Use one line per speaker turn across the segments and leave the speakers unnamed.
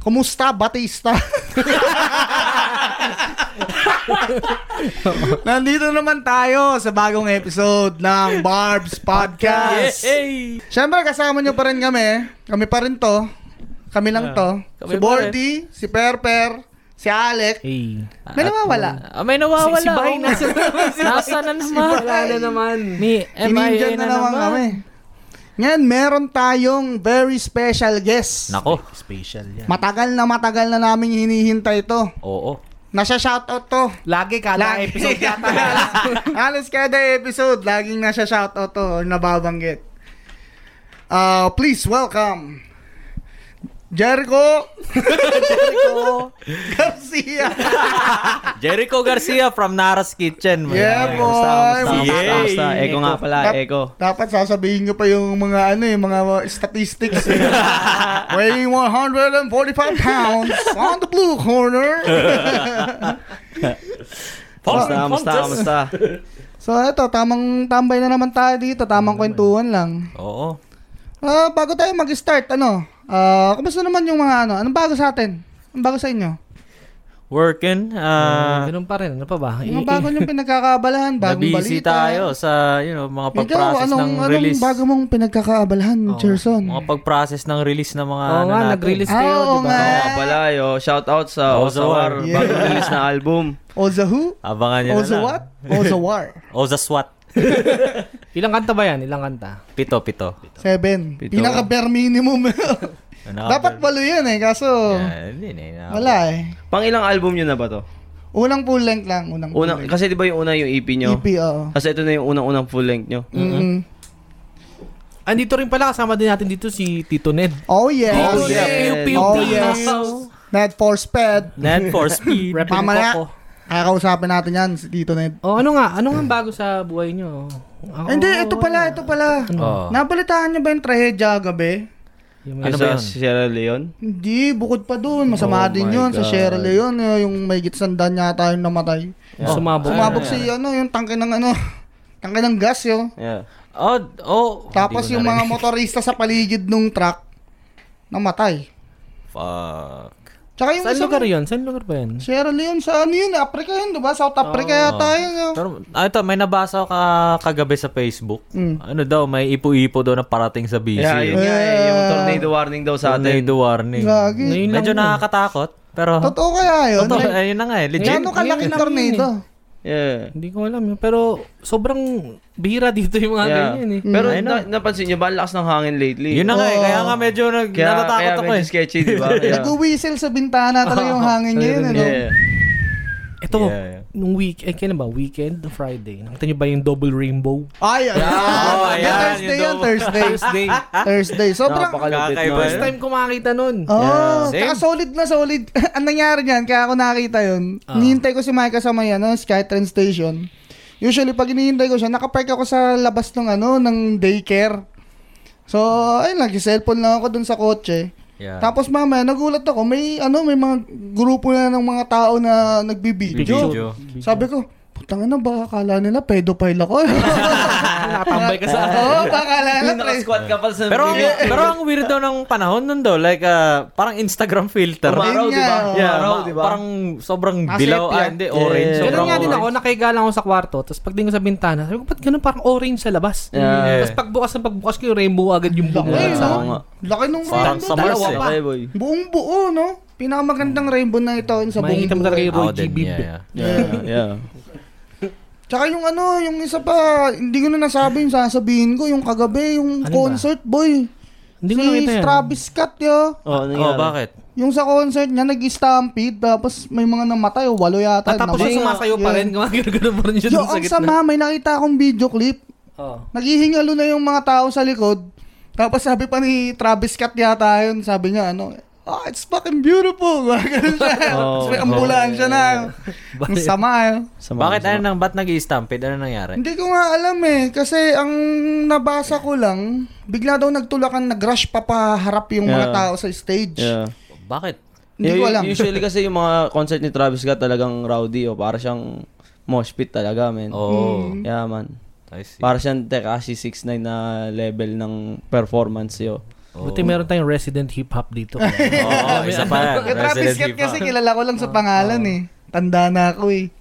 Kumusta, Batista? Nandito naman tayo sa bagong episode ng Barb's Podcast.
Yay!
Siyempre, kasama nyo pa rin kami. Kami pa rin to. Kami lang to.
Ah,
si
kami pa rin.
Bordy, si Perper, si Alec.
Hey.
May nawawala.
Ah, may nawawala.
Si- si Bahay
Oo.
oh. nasa-
nasa na naman.
Bahay.
Wala na naman.
May MIA
Kinindyan
na,
na, naman kami.
naman.
Ngayon, meron tayong very special guest.
Nako.
Special yan.
Matagal na matagal na namin hinihintay to.
Oo.
Nasa-shoutout to.
Lagi kada
Lagi.
episode yata.
Halos kada episode, laging nasa shoutout to or nababanggit. Uh, please welcome Jericho
Jericho.
Garcia.
Jericho Garcia from Nara's Kitchen. man.
Yeah, boy.
Kamusta, kamusta,
Yay!
kamusta, kamusta? Eko nga pala,
Dap-
Eko.
Dapat sasabihin nyo pa yung mga ano, yung mga statistics. eh. Weighing 145 pounds on the blue corner.
Kamusta, kamusta, kamusta?
so eto, tamang tambay na naman tayo dito. Tamang kwentuhan lang.
Oo.
Ah, bago tayo mag-start, ano? Ah, kumusta naman yung mga ano? Anong bago sa atin? Anong bago sa inyo?
Working. ah,
Ganun pa rin, ano pa ba?
Mga bago yung pinagkakaabalahan, bagong
Nabisi
balita.
tayo sa you know, mga
Ikaw,
pag-process
anong,
ng
anong
release.
bago mong pinagkakaabalahan, Gerson?
Mga pag-process ng release ng mga
Oo
ano
nga,
natin.
nag-release
Ah,
kayo,
oo
di ba?
nga.
Oo nga pala, yo. Shout out sa
Ozawar.
Ozawar.
Yeah.
Bagong release na album.
Oza who?
Abangan nyo na
Oza
lang.
what? Oza war.
Oza SWAT.
Ilang kanta ba yan? Ilang kanta?
Pito, pito.
Seven.
Pito.
Pinaka-bare minimum. Dapat walo yun eh, kaso wala eh.
Pang ilang album nyo na ba to?
Unang full length lang. Unang, full
Unang,
length.
kasi di ba yung una yung EP nyo?
EP, oo.
Kasi ito na yung unang-unang full length nyo.
Mm-mm.
Andito rin pala, kasama din natin dito si Tito Ned.
Oh yeah.
Oh, yeah.
Pew, pew,
Oh,
pew.
yes. Net for sped.
Net for speed.
Rep
Mamaya.
Mamaya.
Kakausapin natin yan si Tito Ned.
Oh, ano nga? Ano nga bago sa buhay Ah, oh, nyo? Ako,
Hindi, ito pala, ito pala.
Oo.
Nabalitaan niyo ba yung trahedya gabi?
Yung-
Ano
Ano
ba yun?
ba Sierra Leone?
Hindi, bukod pa doon. Masama
Oh
din
my
yun. Sa
God.
Sierra Leone, eh, yung may gitsandan yata yung namatay.
yung Sumabog.
Sumabog si, ano, yung tangke ng, ano, tangke ng gas, yun.
Yeah.
Oh, oh.
Tapos
Hindi ko
yung
narinig.
mga motorista sa paligid nung truck, namatay.
Fuck.
Tsaka yung
Saan
isang-
lugar yun? Saan lugar ba yun?
Sierra Leone, sa ano yun? Africa yun, diba? South Africa yata yun. yun.
Pero, ah, ito, may nabasa ko ka, kagabi sa Facebook.
Mm.
Ano daw, may ipo-ipo daw na parating sa BC.
Yeah, yun nga eh. Yung tornado warning daw sa atin.
E Tornado warning.
Gagi.
Ngayon lang
Medyo
yun.
nakakatakot. Pero,
Totoo kaya yun? oh.
totoo,
Like,
ayun na nga eh. Legit.
Gano'ng kalaking
Ngayon lang
tornado?
Yeah.
Hindi ko alam yun. Pero sobrang bihira dito yung mga
Ah,
Yeah.
ganyan eh.
Pero na, napansin nyo ba ang lakas ng hangin lately?
Yun na nga eh.
Oo.
Kaya nga medyo nag,
kaya,
natatakot
kaya
ako
medyo
eh.
sketchy, di ba? Yeah.
Nag-whistle sa bintana talaga yung hangin niya yun, ano?
yeah.
Ito,
Yeah, yeah.
nung week, eh, kailan ba? Weekend? Friday. Nakita niyo ba yung double rainbow?
Ay, ay,
Oh,
ay.
ayan,
Thursday
yun
yun,
daw.
Thursday.
Thursday.
Thursday. Sobrang,
Napakalupit
Kakaiba yun.
nun.
First time ko makakita nun.
Oh,
Yeah.
tsaka solid na solid. Ang nangyari niyan, kaya ako nakita yun,
Ah.
hinihintay ko si Mike sa may ano, Skytrain Station. Usually, pag hinihintay ko siya, nakapark ako sa labas ng ano, ng daycare. So, ayun, nag-cellphone lang ako dun sa kotse.
Yeah.
Tapos mamaya, nagulat ako, may ano, may mga grupo na ng mga tao na nagbibideo.
Video.
Sabi ko, putang na, baka akala nila pedophile ako.
Nakatambay Ah, ka sa
Oo, baka akala nila.
Yung naka-squat ka pala sa
Pero ang,
video.
pero ang weird daw ng panahon nun daw, like ah, parang Instagram filter.
Umaraw,
Yun
di ba?
nga, oh.
Yeah,
Umaraw,
ma-
di ba?
Parang sobrang
Ah,
dilaw.
sepia.
Ah, hindi, orange.
Yeah.
Sobrang
Ganun nga din ako,
orange.
nakahiga lang ako sa kwarto. Tapos pagdating ko sa bintana, sabi ko, ba't ganun parang orange sa labas?
Yeah.
Tapos pagbukas na pagbukas ko yung rainbow agad yung buong
Laki,
Yeah,
bansa.
oo
no?
nga.
Laki nung
Parang
rainbow.
sa Mars
Dalawa
eh.
pa.
Okay, boy.
Buong buo, no? Pinakamagandang rainbow na ito sa buong
Makikita mo talaga
buhay.
yung-
Ako
Roy G. eh.
din,
Bibb.
yeah, yeah.
Yeah, yeah.
Tsaka yung ano, yung isa pa, hindi ko na nasabi yung sasabihin ko, yung kagabi, yung
Ano ba?
concert, boy.
Hindi ko
si
nakita yan.
Travis Scott, yo.
Oh,
Oh,
nangyari.
bakit?
Yung sa concert niya, nag-stampede, tapos may mga namatay, oh, walo yata.
At Ah, tapos
namatay.
yung sumasayo pa rin, gumagano pa rin siya
Yo,
dun sa
ang
gitna. Oh.
sama, may nakita akong video clip.
Oo.
Naghihingalo na yung mga tao sa likod. Tapos sabi pa ni Travis Scott yata yun, sabi niya, ano, oh, it's fucking beautiful. Ganun siya.
Oh,
Tapos may ambulansya na. Ang sama, yun.
Sama-
Bakit
sama.
ano nang ba't nag-stampede? Ano nangyari?
Hindi ko nga alam eh. Kasi ang nabasa ko lang, bigla daw nagtulakan, nag-rush papaharap yung mga
Yeah.
tao sa stage.
Yeah.
Bakit?
Hindi ko
Yeah,
alam.
Usually kasi yung mga concert ni Travis Scott talagang rowdy o para siyang mosh pit talaga, men.
Oh,
Mm-hmm.
Yeah, man.
I see.
Para siyang Tekashi 69 na level ng performance yo.
Oh.
Buti meron tayong resident hip-hop dito.
Oo, oh, isa pa yan.
Yung Travis
Resident
Scott
Evil.
kasi kilala ko lang sa pangalan eh. Tanda na ako eh.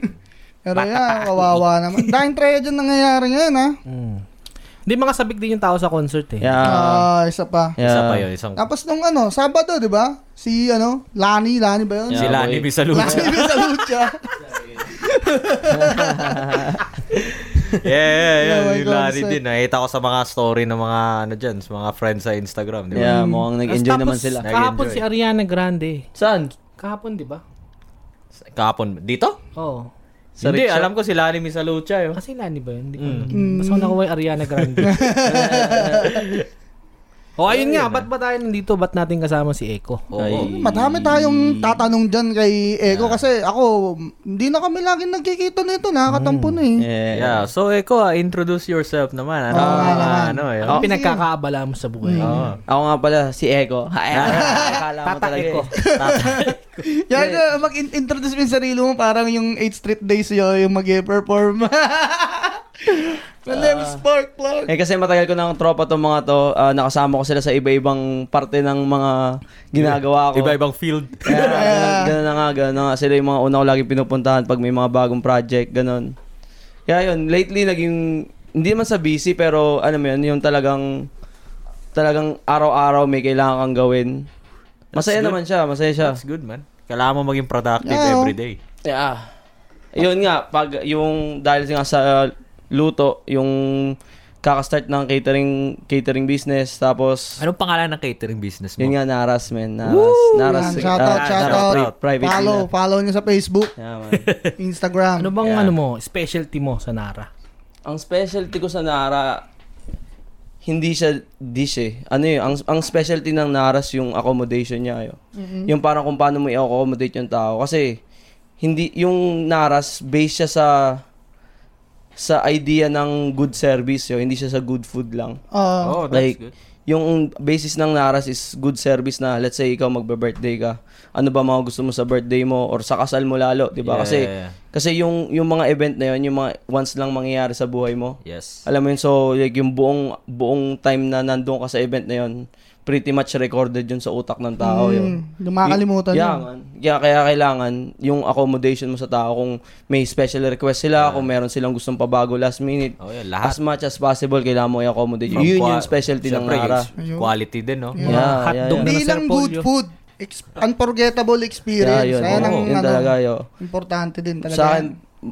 Pero yan, kawawa naman. Dahil tragedy yung nangyayari ngayon ha.
Mm. Hindi makasabik din yung tao sa concert eh.
Yeah.
Ah, isa pa.
yeah.
Isa pa yun, isang...
Tapos nung ano, Sabado, di ba? Si ano, Lani, Lani ba yun?
Yeah.
si Lani
boy.
Bisalucha.
Lani sa lucha.
yeah, yeah, yeah.
Oh my
si
God,
Lani
sir.
din. Nakita ko sa mga story ng mga, ano dyan, sa mga friends sa Instagram, di ba?
Yeah, mukhang nag-enjoy
Tapos
naman sila.
Kahapon
Nag-enjoy.
si Ariana Grande.
Saan?
Kahapon, di ba?
Kahapon, dito?
Oo.
Sa
Hindi,
rickshaw?
alam ko si Lani oh. Bisalucha yun.
Kasi Lani ba yun? Hindi
Mm.
ko alam.
Mm.
Basta ko nakuha yung Ariana Grande. o ayun nga, ba't ba tayo nandito? Ba't natin kasama si Eko?
Ay.
Madami tayong tatanong dyan kay Eko kasi ako, hindi na kami laging nagkikita nito. Nakakatampo na eh.
Yeah.
Yeah, so Eko, ah, introduce yourself naman. Ano,
Oo nga
mga
naman.
ano, eh.
Oh.
Ang pinagkakaabala mo sa buhay.
Oo.
Ako nga pala, si Eko. Ay, akala mo
Tata
talaga.
Eko.
eh.
Yan, uh, mag-introduce mo yung sarili mo parang yung 8th Street Days yun, yung mag-perform.
Ah.
Malem spark plug.
Eh kasi matagal ko ng tropa tong mga to, ah, nakasama ko sila sa iba-ibang parte ng mga ginagawa ko.
Iba-ibang field.
Kaya ganun- ganun na nga, ganun na nga. Sila yung mga una ko lagi pinupuntahan pag may mga bagong project, ganun. Kaya yun, lately naging, hindi man sa busy, pero ano mo yun, yung talagang, talagang araw-araw may kailangan kang gawin. Masaya
good.
naman siya, masaya siya.
That's good, man. Kailangan mo maging productive
Yeah.
oh.
every day.
Yeah. Yun nga, pag yung dahil nga sa uh, luto, yung kakastart ng catering catering business tapos
Anong pangalan ng catering business mo?
yun nga naras men naras naras
Yan, shout out,
ah,
shout
naras
out.
pri- private
follow,
na.
follow niyo sa Facebook,
Yeah, man.
Instagram.
Ano bang
Yeah.
ano mo, specialty mo sa Nara?
ang specialty ko sa nara hindi siya dish eh. Ano yun, ang, ang specialty ng naras yung accommodation niya. Yun. Yung parang kung paano mo i-accommodate yung tao. Kasi, hindi, yung naras, based siya sa sa idea ng good service yun. Hindi siya sa good food lang.
Oo.
Oh, that's
like,
good.
yung basis ng naras is good service na let's say ikaw magbe-birthday ka. Ano ba mga gusto mo sa birthday mo or sa kasal mo lalo, 'di ba?
Yeah,
Kasi
yeah, yeah.
kasi yung yung mga event na yun, yung mga once lang mangyayari sa buhay mo.
Yes.
Alam mo yun, so like yung buong buong time na nandoon ka sa event na yun, pretty much recorded yun sa utak ng tao oh,
Mm,
yun.
lumakalimutan
yeah,
yun.
man. Yeah, kaya kailangan yung accommodation mo sa tao kung may special request sila, kung meron silang gustong pabago last minute.
Oh, yeah, lahat.
As much as possible, kailangan mo i-accommodate.
From
Yun
qua-
yung specialty ng
Siyempre,
Nara.
yung Quality din, oh. no?
Mga
Yeah,
hotdog
yeah,
na
Hindi
Sir
lang good
Polio.
food, ex- unforgettable
Yeah,
experience.
yun.
Ayan ang
Oo, yun
ano,
talaga yun.
importante din talaga. Ah.
Sa akin,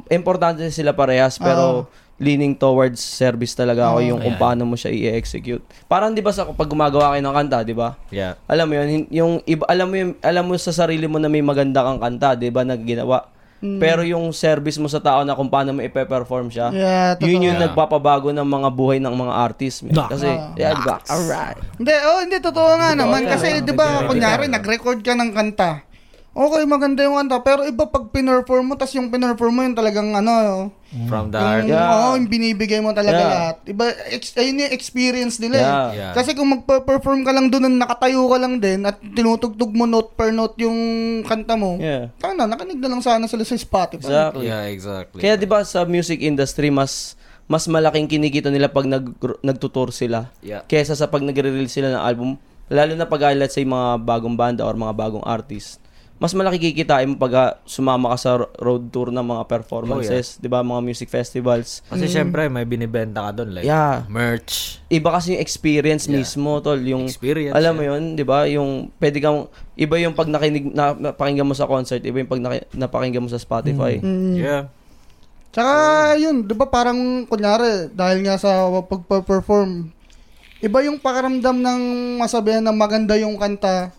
importante sila parehas, pero leaning towards service talaga ako yung kung paano mo siya i-execute. Parang 'di ba sa pag gumagawa kayo ng kanta, 'di ba?
Yeah.
Alam mo 'yun, hin- yung iba, alam mo yung, alam mo sa sarili mo na may maganda kang kanta, 'di ba, na ginawa.
Hmm.
Pero yung service mo sa tao na kung paano mo ipe-perform siya,
Yeah, totoo.
yun yung
Yeah.
nagpapabago ng mga buhay ng mga artist. man.
Nah.
Kasi,
Ah.
yeah, di ba? Alright.
Hindi, oh, hindi, totoo nga
Diba?
naman. Kasi, di ba, kunyari, nag-record ka ng kanta. Okay, maganda yung kanta. Pero iba pag pinerform mo, tas yung pinerform mo, yung talagang ano,
From the
yung,
art.
Mm. Yeah.
oo, yung binibigay mo talaga
Yeah.
lahat. Iba, ex, ayun yung experience nila eh.
Yeah.
Yeah.
Kasi kung magpa-perform ka lang doon, nakatayo ka lang din, at tinutugtog mo note per note yung kanta mo,
Yeah.
tanga, nakinig na lang sana sila sa Spotify.
Exactly.
Yeah, exactly.
Kaya 'di ba sa music industry mas mas malaking kinikita nila pag nag nagtutour sila
Yeah.
kaysa sa pag nagre-release sila ng album lalo na pag ah, let's say mga bagong banda or mga bagong artist. Mas malaki kikitain mo pag ah, sumama ka sa ro- road tour ng mga performances, 'di ba, mga music festivals.
Kasi syempre, may binibenta ka doon. Like,
Mm. Yeah.
merch.
Iba kasi yung experience mismo, tol, yung
Experience,
alam mo 'yun, 'di ba? Yung pwede kang iba yung pag nakinig na, napakinggan mo sa concert, iba yung pag naki- napakinggan mo sa Spotify.
Yeah.
Tsaka yun, di ba parang kunyari, dahil nga sa pagpa-perform, iba yung pakiramdam ng masabihan na maganda yung kanta.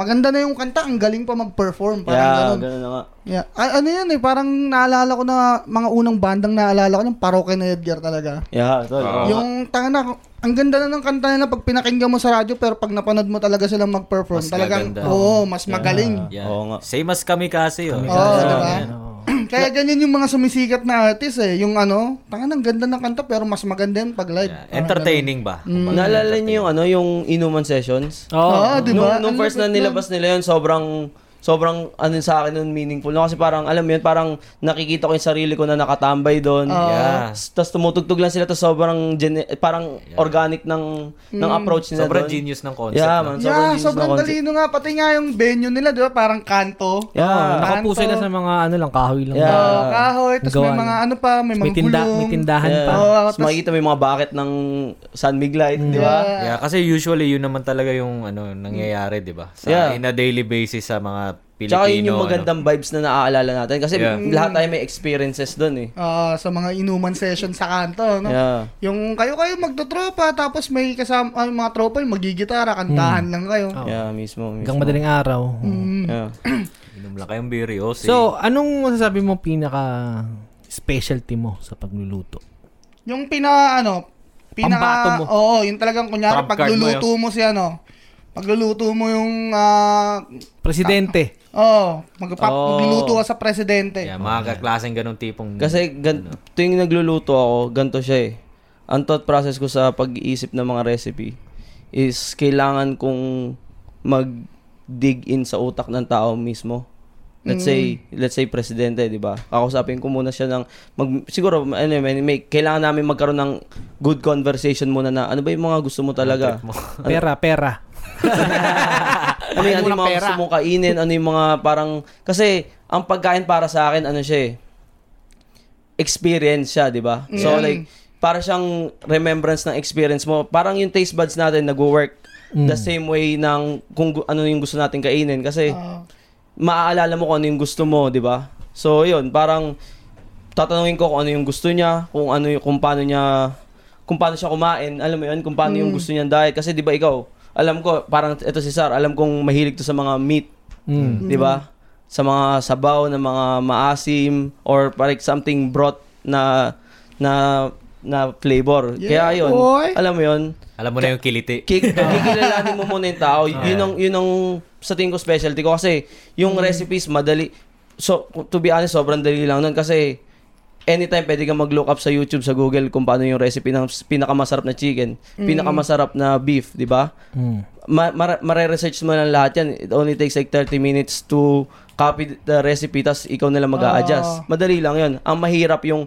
Maganda na yung kanta, ang galing pa mag-perform. Parang
Yeah,
ganun.
ganun na nga.
Yeah. A- ano yun eh, parang naalala ko na mga unang bandang naalala ko ng Paroke na Edgar talaga.
Yeah, tol.
Ah.
Ah.
Yung tanga na, ang ganda na ng kanta nila pag pinakinggan mo sa radyo pero pag napanood mo talaga silang mag-perform,
Mas
talagang,
gaganda.
oo, mas magaling.
yeah.
Oo nga.
Same as kami kasi, oh.
Oo, oh,
Yeah.
diba?
Yeah.
Kaya ganyan yung mga sumisikat na artist eh. Yung ano, tangan ang ganda ng kanta pero mas maganda yun pag live.
Yeah. Entertaining ba?
Mm. Naalala niyo yung ano, yung inuman sessions?
Oo,
Oo. Ah,
di Ah, diba? Ano ba?
Nung, nung first na nilabas nila yun, sobrang sobrang ano sa akin nun meaningful. No? Kasi parang, alam mo yun, parang nakikita ko yung sarili ko na nakatambay doon.
Oo.
Yeah.
Tapos tumutugtog lang sila, tapos sobrang, gene- parang organic ng, ng approach nila
Sobrang
doon.
genius ng concept.
Yeah,
no?
man. Sobrang
Mm. yeah,
genius
sobrang
ng concept.
talino nga. Pati nga yung venue nila, di ba? Parang kanto.
Yeah.
Oo,
Ah,
nakapuso
kanto.
sila sa mga ano lang, kahoy lang.
Yeah.
Oo, kahoy. Tapos may
Gawa
mga
niya.
ano pa, may mga
may, tinda,
gulong.
may tindahan
Yeah.
pa.
Oo,
Tapos
tapos-
makikita mo yung mga bucket ng San Miglite, di ba?
Yeah.
Yeah, kasi usually yun naman talaga yung ano nangyayari, 'di ba? Sa
Yeah.
in a daily basis sa mga Pilipino.
Tsaka yun yung
ano.
magandang vibes na naaalala natin kasi
Yeah.
lahat tayo may experiences doon eh.
Oo, Ah, sa mga inuman session sa kanto, no?
Yeah.
Yung kayo-kayo magtotropa, tapos may kasama, ay, mga tropa yung magigitara, kantahan
Hmm.
lang kayo.
Ah,
Yeah, mismo. mismo.
Hanggang madaling araw.
Mm. Hmm.
Yeah.
Inom lang kayong beer, yo, see.
So, anong masasabi mo pinaka specialty mo sa pagluluto?
Yung pina, ano,
Pambato
pinaka,
mo.
oo, yung talagang kunyari,
Trump card mo
pagluluto mo, siya, no? Pagluluto mo yung, ah,
Presidente.
oo, magpap-
Oo.
magluluto ka sa presidente.
yeah, mga kaklaseng ganong tipong
Kasi gan- tuwing nagluluto ako, ganito siya eh. Ang thought process ko sa pag-iisip ng mga recipe is kailangan kong mag-dig in sa utak ng tao mismo. Let's say, let's say presidente, 'di ba? Kakausapin ko muna siya ng mag, siguro ano, may, may kailangan namin magkaroon ng good conversation muna na ano ba 'yung mga gusto mo talaga?
Pera, pera.
ano yung, ano yung mga gusto mong kainin, ano yung mga parang, kasi ang pagkain para sa akin, ano siya eh, experience siya, di ba? So
Yeah.
like, para siyang remembrance ng experience mo. Parang yung taste buds natin nag-work the same way ng kung gu- ano yung gusto natin kainin. Kasi,
Oo.
maaalala mo kung ano yung gusto mo, di ba? So, yun, parang tatanungin ko kung ano yung gusto niya, kung ano yung, kung paano niya, kung paano siya kumain, alam mo yun, kung paano
Hmm.
yung gusto niyang diet. Kasi di ba ikaw, alam ko, parang ito si Sar, alam kong mahilig to sa mga meat,
Mm.
di
Hmm.
ba? Sa mga sabaw na mga maasim or parang something broth na na na flavor.
Yeah,
Kaya yun,
boy.
alam mo yun,
alam mo na yung kiliti.
Kik- kikilalanin mo muna yung tao. Yun ang, yun ang sa tingin ko specialty ko kasi yung recipes madali. So, to be honest, sobrang dali lang nun kasi anytime pwede kang mag-look up sa YouTube, sa Google kung paano yung recipe ng s- pinakamasarap na chicken, pinakamasarap na beef, di ba?
Mm.
Ma- mara- mare-research mo lang lahat yan. It only takes like 30 minutes to copy the recipe tas ikaw na lang mag-a-adjust. Madali lang yun. Ang mahirap yung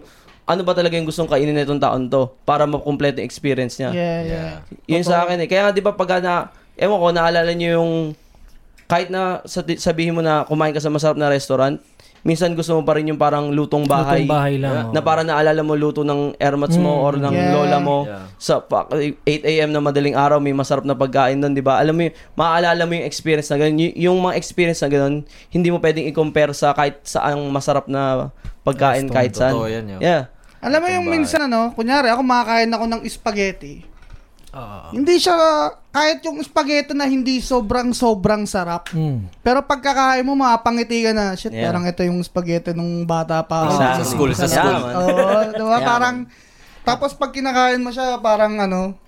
ano ba talaga yung gustong kainin nitong taon to para makomplete yung experience niya.
Yeah, yeah.
Yeah.
Yun sa akin eh. Kaya nga, di ba pag na, ewan ko, naalala nyo yung, kahit na sati- sabihin mo na kumain ka sa masarap na restaurant, minsan gusto mo pa rin yung parang lutong bahay.
Lutong bahay lang, oo.
Na
Mm.
parang naalala mo luto ng ermats mo or ng
Yeah.
lola mo.
Yeah.
Sa pa- 8 a.m. na madaling araw, may masarap na pagkain doon, di ba? Alam mo, yun, maaalala mo yung experience na ganun. Y- yung mga experience na ganun, hindi mo pwedeng i-compare sa kahit saang masarap na pagkain
Gusto,
kahit saan.
totoo yan, yun.
Yeah.
Alam mo yung minsan, ano, kunyari, ako makakain ako ng spaghetti. Hindi siya, kahit yung spaghetti na hindi sobrang-sobrang sarap,
Mm.
Pero pagkakain mo, mapangiti ka na. Shit,
Yeah.
parang ito yung spaghetti nung bata pa. ako.
Sa school, sa school.
Yeah, man.
Oo, diba?
Yeah.
Parang, tapos pag kinakain mo siya, parang ano,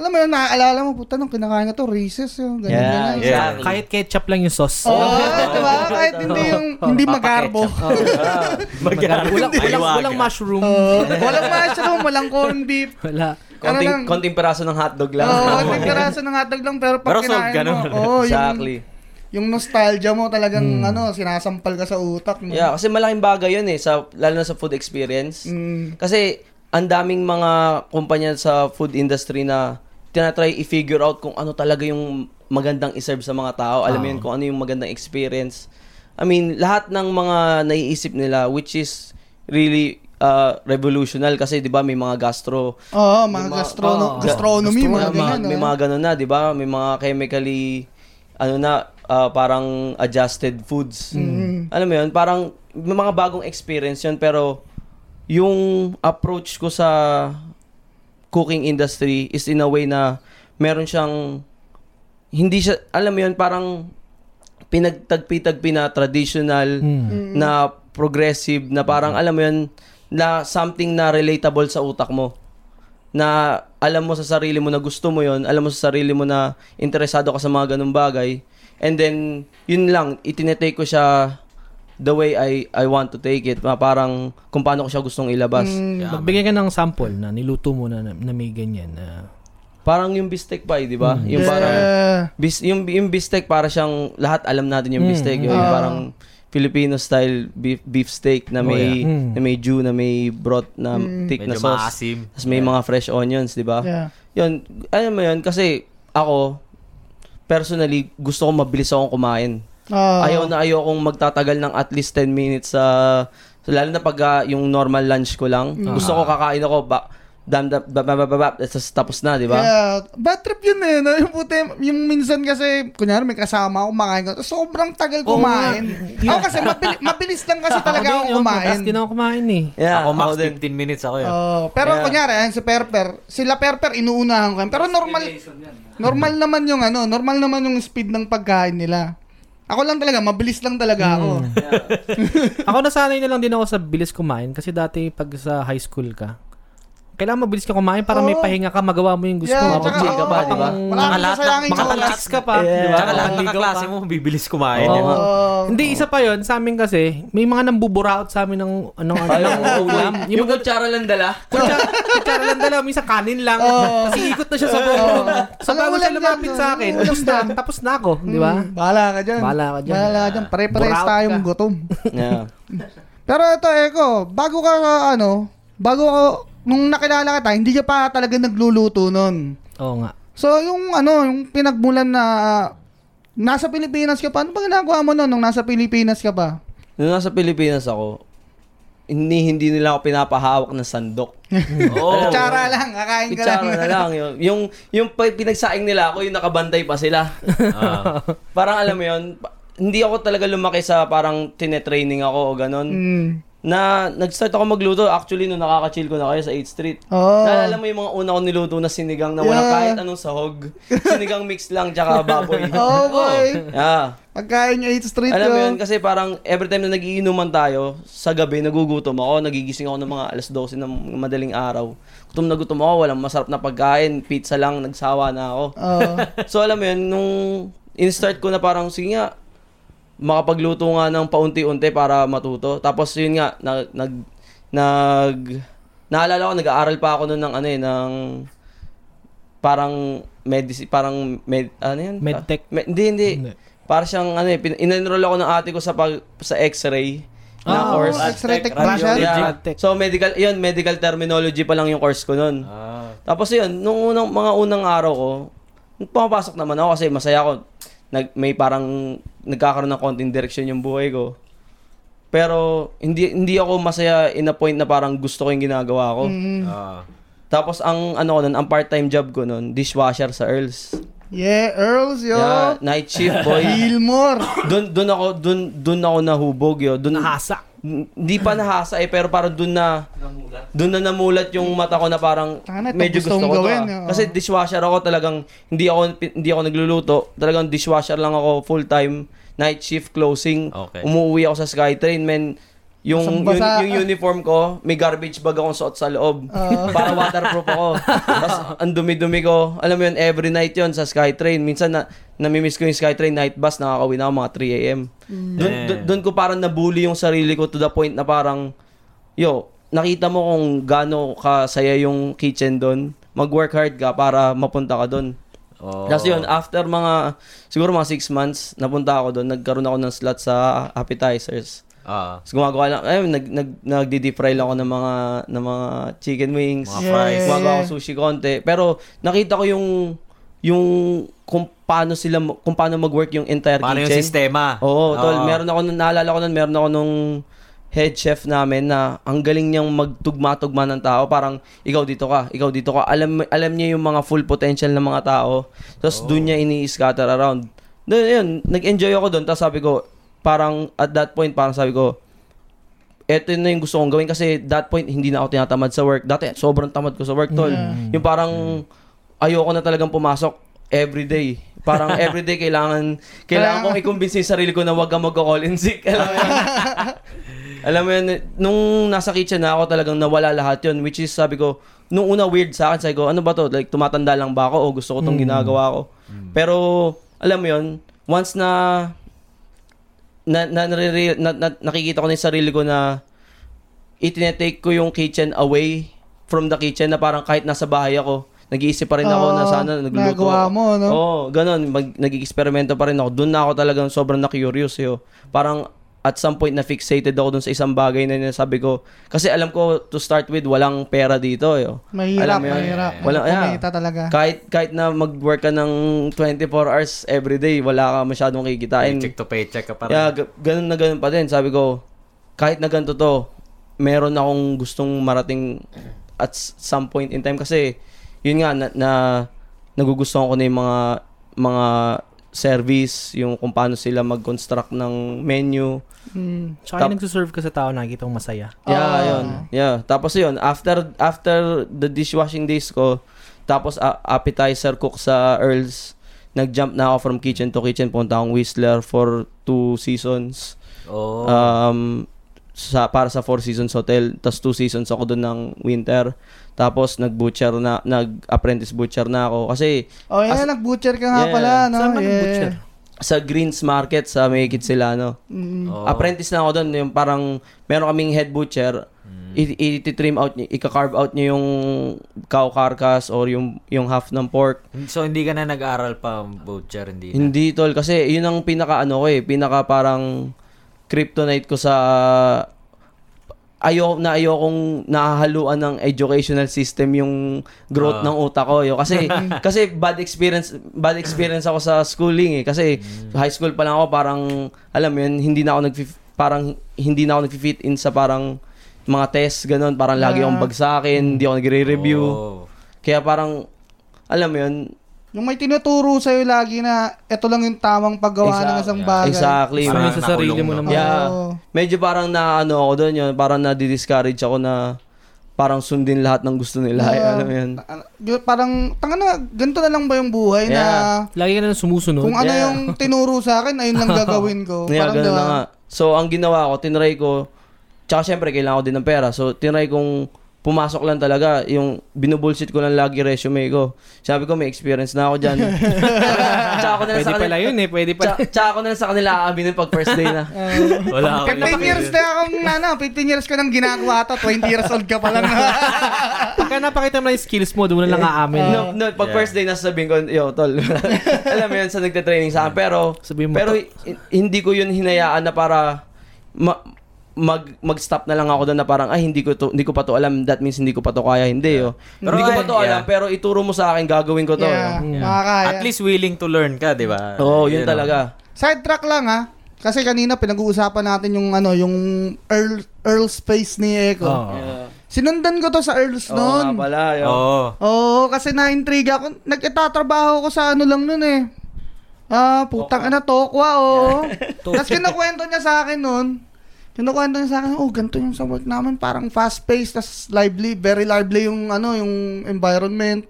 alam mo yun, naaalala mo, puta, nung kinakain na to, Reese's yun, ganyan,
Yeah,
ganyan.
yeah.
Exactly.
Kahit ketchup lang yung sauce.
Oo,
Oh.
diba? Kahit hindi yung, hindi magarbo.
Mag- walang, walang,
Aywaga.
walang mushroom.
Oo. walang mushroom, walang corned beef.
Wala.
Konting,
Ano lang?
konting peraso ng hotdog
Oo,
lang.
oh, nagkaraso ng hotdog lang, pero pag
Pero solve
kinain
ka
mo,
naman.
oo,
exactly. Hmm.
yung, yung nostalgia mo talagang, ano, sinasampal ka sa utak mo.
Yeah, kasi malaking bagay 'yun eh sa lalo na sa food experience.
Mm.
Kasi ang daming mga kumpanya sa food industry na tinatry i-figure out kung ano talaga yung magandang iserve sa mga tao. Alam mo yun, kung ano yung magandang experience. I mean, lahat ng mga naiisip nila which is really uh, revolutional kasi 'di ba may mga gastro
Oo, mga
Yung mga-
gastrono-
oo.
gastronomy, mga
may,
ganyan. ah.
mga, may
oo.
mga ganun na, di ba? May mga chemically, ano na, ah, parang adjusted foods.
Mm-hmm.
Alam mo yun, parang may mga bagong experience yun, pero yung approach ko sa cooking industry is in a way na meron siyang, hindi siya, alam mo yun, parang pinagtagpi-tagpi na traditional, na progressive, na parang, alam mo yun, na something na relatable sa utak mo na alam mo sa sarili mo na gusto mo yon alam mo sa sarili mo na interesado ka sa mga ganung bagay and then yun lang itinetake ko siya the way I I want to take it Ma- parang kung
Hmm.
paano ko siya gustong ilabas
Magbigay ka ng sample na niluto mo na, na may ganyan. na
Parang yung bistek pa eh, di ba? Yung parang,
Eh,
bis, yung, yung bistek para siyang, lahat alam natin
Mm,
yung bistek. Yung
Ah.
parang Filipino style beef, beef steak na
yeah.
may,
Mm.
na may jus, na may broth, na thick na
Medyo
sauce.
maasim.
Tapos may mga fresh onions, di ba?
Mm. yeah.
Yun, alam mo yun, kasi ako, personally, gusto ko mabilis akong kumain.
Ah,
Ayaw na ayaw kong magtatagal ng at least 10 minutes sa... so, lalo na pag ah, yung normal lunch ko lang.
Mm.
Gusto
Ah.
ko kakain ako, ba, dam, dam, ba, ba, ba, ba, ba, tas- tapos na, di ba?
Yeah. Bad trip yun eh. No? Yung puti, yung minsan kasi, kunyari may kasama ako, makain ko. Sobrang tagal kumain. ako kasi mabili- mabilis lang kasi
Ah,
talaga ako kumain.
Tapos ako kumain eh.
Yeah,
ako max
din.
15 minutes ako yun.
Oh, pero kunyari, ayan si Perper, sila Perper inuunahan ko. yan. Pero normal normal naman yung ano, normal naman yung speed ng pagkain nila. Ako lang talaga, mabilis lang talaga ako.
ako nasanay na lang din ako sa bilis kumain kasi dati pag sa high school ka, kailangan mabilis ka kumain para may
Oo.
pahinga ka, magawa mo yung
Oh.
gusto
Yeah, tsaka,
mo.
Mapag-chill ka
oo,
pa, di
diba?
ba?
Wala
Mga
kang
lahat ng-
kasayangin
mga
oras.
lahat
Relax ka pa,
Yeah.
di ba?
Tsaka lahat ng
Maligo
kaklase
ka.
mo, bibilis kumain. diba?
Oo.
di ba?
Oo.
Hindi, isa pa yon Sa amin kasi, may mga nambuburaot sa amin ng ano, ano, ng ulam. Yung
Yung kutsara lang dala.
kutsara, kutsara lang dala, minsan kanin lang.
Oo.
Kasi ikot na siya sa buong
Oo.
ulam. So,
Alam,
bago
Oh. ulam
siya
yan,
lumapit
no?
sa akin,
Ulam
tapos na,
yan.
tapos na ako, di ba?
Hmm, bahala ka dyan.
Bahala ka dyan.
Bahala ka dyan. Pare-pares
Buraot
tayong
ka.
gutom.
Yeah.
Pero ito, Eko, bago ka, ano, bago ako, nung nakilala kita, hindi ka pa talaga nagluluto nun.
Oo nga.
So, yung ano, yung pinagmulan na nasa Pilipinas ka pa, ano ba ginagawa mo nun nung nasa Pilipinas ka pa?
Nung nasa Pilipinas ako, hindi, hindi nila ako pinapahawak ng sandok.
Oo.
Kutsara lang, kakain ka lang.
Oh. Kutsara na lang. Yung, yung, yung pa- pinagsaing nila ako, yung nakabantay pa sila.
Ah.
Parang alam mo yun, pa- hindi ako talaga lumaki sa parang tinetraining ako o ganun.
Mm.
na nag-start ako magluto actually nung nakaka-chill ko na kayo sa 8th Street.
Oo.
Naalala mo yung mga una kong niluto na sinigang na wala
Oh. Yeah.
kahit anong sahog. Sinigang mix lang tsaka baboy.
Oo, oh, boy.
Yeah.
Pagkain niya 8th Street
Alam mo yun,
yun.
kasi parang every time na nagiinuman tayo, sa gabi nagugutom ako, nagigising ako ng mga alas 12 ng madaling araw. Gutom na gutom ako, walang masarap na pagkain, pizza lang, nagsawa na ako.
Oo.
So alam mo yun, nung in-start ko na parang, sige nga, makapagluto nga ng paunti-unti para matuto. Tapos yun nga, nag, nag, nag naalala ko, nag-aaral pa ako noon ng ano eh, ng parang medicine, parang med, ano yun?
Medtech.
Ah, me- hindi, hindi.
Hindi.
Para siyang ano eh, pin- in-enroll ako ng ate ko sa pag, sa x-ray na
Ah,
course.
oo, X-ray
Aztec,
technician.
radiology.
Yeah.
Tech.
So medical, yun, medical terminology pa lang yung course ko noon.
Ah.
Tapos yun, nung unang, mga unang araw ko, pumapasok naman ako kasi masaya ako. Nag, may parang nagkakaroon ng konting direction yung buhay ko. Pero hindi hindi ako masaya in a point na parang gusto ko yung ginagawa ko.
Mm.
Ah.
Tapos ang ano ko nun, ang part-time job ko nun, dishwasher sa Earls.
Yeah, Earls, yo.
Yeah, night shift boy.
Gilmore.
doon doon ako doon doon ako nahubog yo. Doon
Nahasa.
hindi pa nahasa eh pero parang doon na doon na namulat yung mata ko na parang
Tangina, ito
medyo
gusto kong
gusto, ko to,
gawin, eh, oh.
ah.
oo.
Kasi dishwasher ako talagang hindi ako hindi ako nagluluto. Talagang dishwasher lang ako full time night shift closing.
Okay.
Umuwi ako sa Skytrain men yung, yung,
Basang-basa.
yung uniform ko, may garbage bag akong suot sa loob.
Oo.
Para waterproof ako. Tapos ang dumi-dumi ko. Alam mo yun, every night yun sa Skytrain. Minsan na, namimiss ko yung Skytrain night bus, nakakawin ako mga 3 a.m. Doon, doon- doon ko parang nabully yung sarili ko to the point na parang, yo, nakita mo kung gaano kasaya yung kitchen doon. Mag-work hard ka para mapunta ka doon.
Oo.
Tapos yun, after mga, siguro mga 6 months, napunta ako doon, nagkaroon ako ng slot sa appetizers.
Ah.
Tapos gumagawa lang, ayun, nag, nag, nagdi-deep-fry lang ako ng mga, ng mga chicken wings.
Mga fries.
Gumagawa ako sushi konti. Pero nakita ko yung, yung kung paano sila, kung paano mag-work yung entire
Paano yung
kitchen.
sistema?
Oo, tol.
Oo.
Meron ako, nun- naalala ko nun, meron ako nung head chef namin na ang galing niyang magtugma-tugma ng tao. Parang, ikaw dito ka, ikaw dito ka. Alam, alam niya yung mga full potential ng mga
Oh.
tao. Tapos doon niya ini-scatter around. Doon, yun, nag-enjoy ako doon. Tapos sabi ko, parang at that point, parang sabi ko, eto na yung gusto kong gawin kasi that point hindi na ako tinatamad sa work. Dati sobrang tamad ko sa work, tol. Yung parang ayoko na talagang pumasok every day. Parang every day kailangan kailangan kong i-convince yung sarili ko na wag kang magko-call in sick. Alam mo yun? Alam mo yun, nung nasa kitchen na ako talagang nawala lahat yun, which is sabi ko, nung una weird sa akin, sabi ko, ano ba to? Like, tumatanda lang ba ako o gusto ko tong ginagawa ko? Pero, alam mo yun, once na na, na, narere- na, na- nakikita ko na yung sarili ko na itinetake ko yung kitchen away from the kitchen na parang kahit nasa bahay ako, nag-iisip pa rin ako
Oo,
na sana nagluto.
nagawa Ah, mo, no?
Oo, ganun. Mag, nag-eksperimento pa rin ako. Doon na ako talagang sobrang na-curious. Yo. Parang at some point na fixated ako dun sa isang bagay na sabi ko. Kasi alam ko, to start with, walang pera dito. Yo.
Mahirap,
Alam mo yun?
mahirap.
Wala, yeah.
Kumita talaga.
Kahit, kahit na mag-work ka ng 24 hours everyday, wala ka masyadong kikitain.
Paycheck to paycheck ka parang.
Yeah, ga- ganun na ganun pa din. Sabi ko, kahit na ganito to, meron akong gustong marating at s- some point in time kasi yun nga na, na nagugustuhan ko na yung mga mga service, yung kung paano sila mag-construct ng menu.
Mm.
Tsaka
Tap-
yung nagsuserve ka sa tao, nakikita kong masaya.
Yeah,
Ah.
yun. Yeah. Tapos yun, after after the dishwashing days ko, tapos a- appetizer cook sa Earls, nag-jump na ako from kitchen to kitchen, punta akong Whistler for two seasons.
Oh.
Um, sa para sa Four Seasons Hotel, tas two seasons ako doon ng winter. Tapos nag-butcher na, nag-apprentice butcher na ako kasi
Oh, yeah,
As-
nag-butcher ka nga
Yeah.
pala, no?
Saan
Ano?
ka
Yeah.
nag-butcher?
sa Greens Market sa May Kitsilano.
Mm.
oh.
Apprentice na ako doon, yung parang meron kaming head butcher.
Mm.
I- trim out niya, ika-carve out niya yung cow carcass or yung yung half ng pork.
So, hindi ka na nag-aral pa, butcher, hindi na.
Hindi tol kasi yun ang pinaka ano ko eh, pinaka parang kryptonite ko sa ayo na ayo kong nahahaluan ng educational system yung growth
Ah.
ng utak ko yo kasi kasi bad experience bad experience ako sa schooling eh kasi
Mm.
high school pa lang ako parang alam mo yun hindi na ako nag parang hindi na ako nag-fit in sa parang mga test ganun parang lagi akong bagsakin hindi ako nagre-review
Ah. Oh.
kaya parang alam mo yun
Yung may tinuturo sa'yo lagi na ito lang yung tamang paggawa ng
Exact-
isang bagay.
exactly
So,
Parang
yun sa sarili
nakulong,
mo
no?
naman.
Yeah.
Oo.
Medyo parang na ano ako doon yun, parang na-discourage ako na parang sundin lahat ng gusto nila. eh,
Oo.
alam mo yun.
Ah, yun, Parang, tanga na, ganito na lang ba yung buhay
Yeah.
na
Lagi ka na lang sumusunod.
kung ano
Yeah.
yung tinuro sa akin, ayun lang gagawin ko.
Yeah,
diba?
ganun na nga. So, ang ginawa ko, tinry ko, tsaka syempre, kailangan ko din ng pera. So, tinry kong pumasok lang talaga. Yung binubullshit ko lang lagi resume ko. Sabi ko, may experience na ako dyan. tsaka ako na lang
Pwede
sa
pala
kanila.
yun eh, pwede pala.
Tsaka, tsaka ako na lang sa kanila aaminin pag first day na.
Wala ako.
15 years na akong, ano, 15 years ko nang ginagawa to, 20 years old ka pa lang.
Pagka napakita mo na yung skills mo, doon mo na lang aamin.
Eh.
no, no, pag
Yeah.
first day na sabihin ko, yo, tol. alam mo yun, sa nagte-training sa akin. Pero,
Sabihin mo,
pero hi- hindi ko yun hinayaan na para ma- mag mag-stop na lang ako doon na parang ay hindi ko to hindi ko pa to alam that means hindi ko pa to kaya hindi yo.
Pero
hindi ko pa
ay-
to alam
yeah.
pero ituro mo sa akin gagawin ko to.
yeah,
yo.
makakaya.
At least willing to learn ka, di ba?
Oo, yun
know.
talaga.
Sidetrack lang ha. Kasi kanina pinag-uusapan natin yung ano, yung Earl, Earl Space ni Eko.
Oo.
Yeah.
Sinundan ko to sa Earl's
Oo nga
noon.
pala. yo.
Oo.
Oo, kasi na-intriga ako. Nagtatrabaho ko sa ano lang noon eh. Ah, putang ano, tokwa, oo. Tapos kinukwento niya sa akin noon. Kinukwento niya sa akin, oh, ganito yung sa work namin. Parang fast-paced, tas lively, very lively yung ano, yung environment.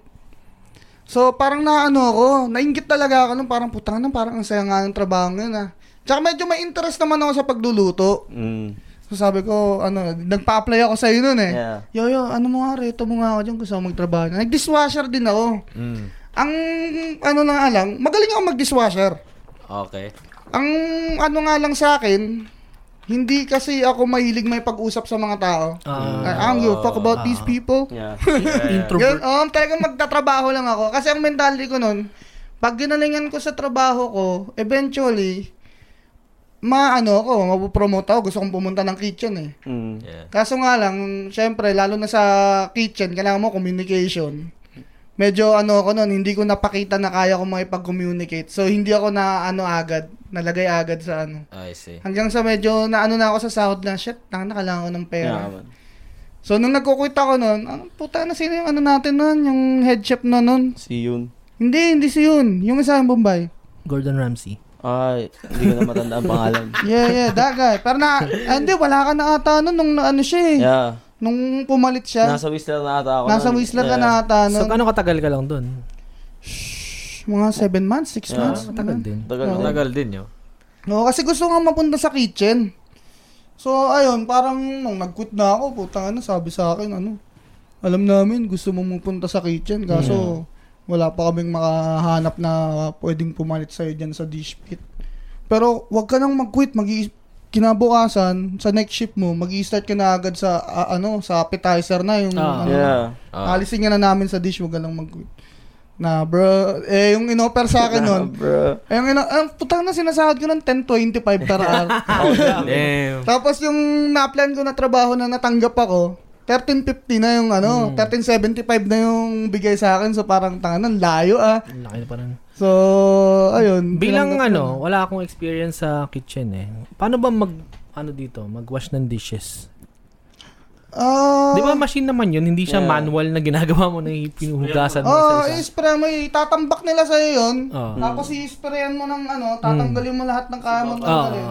So, parang naano ako, nainggit talaga ako nung parang putang na, parang ang saya nga ng trabaho ngayon ah. Tsaka medyo may interest naman ako sa pagluluto.
Mm.
So sabi ko, ano, nagpa-apply ako sa'yo nun eh.
Yeah.
Yo, yo, ano mo nga, reto mo nga ako dyan, gusto ko magtrabaho. Nag-dishwasher din ako.
Mm.
Ang, ano na nga lang, magaling ako mag-dishwasher.
Okay.
Ang, ano nga lang sa akin, hindi kasi ako mahilig may pag-usap sa mga tao. I, I don't give a fuck about these people.
Yeah.
Yun,
Introvert.
um, talagang magtatrabaho lang ako. Kasi ang mentality ko nun, pag ginalingan ko sa trabaho ko, eventually, maano ako, mapopromote ako. Gusto kong pumunta ng kitchen eh.
Mm.
Yeah.
Kaso nga lang, syempre, lalo na sa kitchen, kailangan mo communication. Medyo ano ako noon, hindi ko napakita na kaya ko makipag-communicate. So, hindi ako na ano agad, nalagay agad sa ano.
I
Eh.
see.
Hanggang sa medyo na ano na ako sa sahod na, shit, tanga na, kailangan ko ng pera.
Yeah, man.
So, nung nagkukwit ako noon, ano, puta na sino yung ano natin noon, yung head chef na noon.
Si Yun.
Hindi, hindi si yun. Yung isa yung Bombay.
Gordon Ramsay.
Ay, hindi ko na matanda ang pangalan.
Yeah, yeah, that guy. Pero na, ah, hindi, wala ka na ata noon nung na- ano siya eh.
Yeah.
Nung pumalit siya. Nasa,
Nasa Whistler na ata ako. nun.
Whistler ka
Yeah.
na ata noon.
So, ano katagal ka lang doon?
Mga 7 months, 6
Yeah.
months.
Matagal din.
Tagal
Ang
din.
Tagal din yun.
No, kasi gusto nga mapunta sa kitchen. So, ayun, parang nung nag-quit na ako, putang ano, sabi sa akin, ano, alam namin, gusto mo pumunta sa kitchen, kaso wala pa kaming makahanap na pwedeng pumalit sa'yo dyan sa dish pit. Pero, wag ka nang mag-quit, mag kinabukasan, sa next shift mo, mag start ka na agad sa, ah, ano, sa appetizer na yung,
Ah.
ano,
Yeah.
Ah.
alisin ka na namin sa dish, wag ka lang mag Na, bro, eh, yung inoffer sa akin nun,
Bro.
eh, yung ino, eh, putang na sinasahod ko ng 10.25 per hour.
Damn.
Tapos yung na-plan ko na trabaho na natanggap ako, 13.50 na yung
Hmm.
ano, 13.75 na yung bigay sa akin. So parang tangan, ang layo ah.
Ang Laki na parang.
So, ayun.
Bilang
tinanggap ko
ano, wala akong experience sa kitchen eh. Paano ba mag ano dito, magwash ng dishes?
na. Ah,
Di ba machine naman yun, hindi siya
Yeah.
manual na ginagawa mo na pinuhugasan mo
Oo,
sa isa.
i-spray mo. Ah, eh. Tatambak nila sa'yo yun.
Oo. Hmm.
Tapos i-sprayan mo ng ano, tatanggalin mo lahat ng kamot ng
Oo.
talim.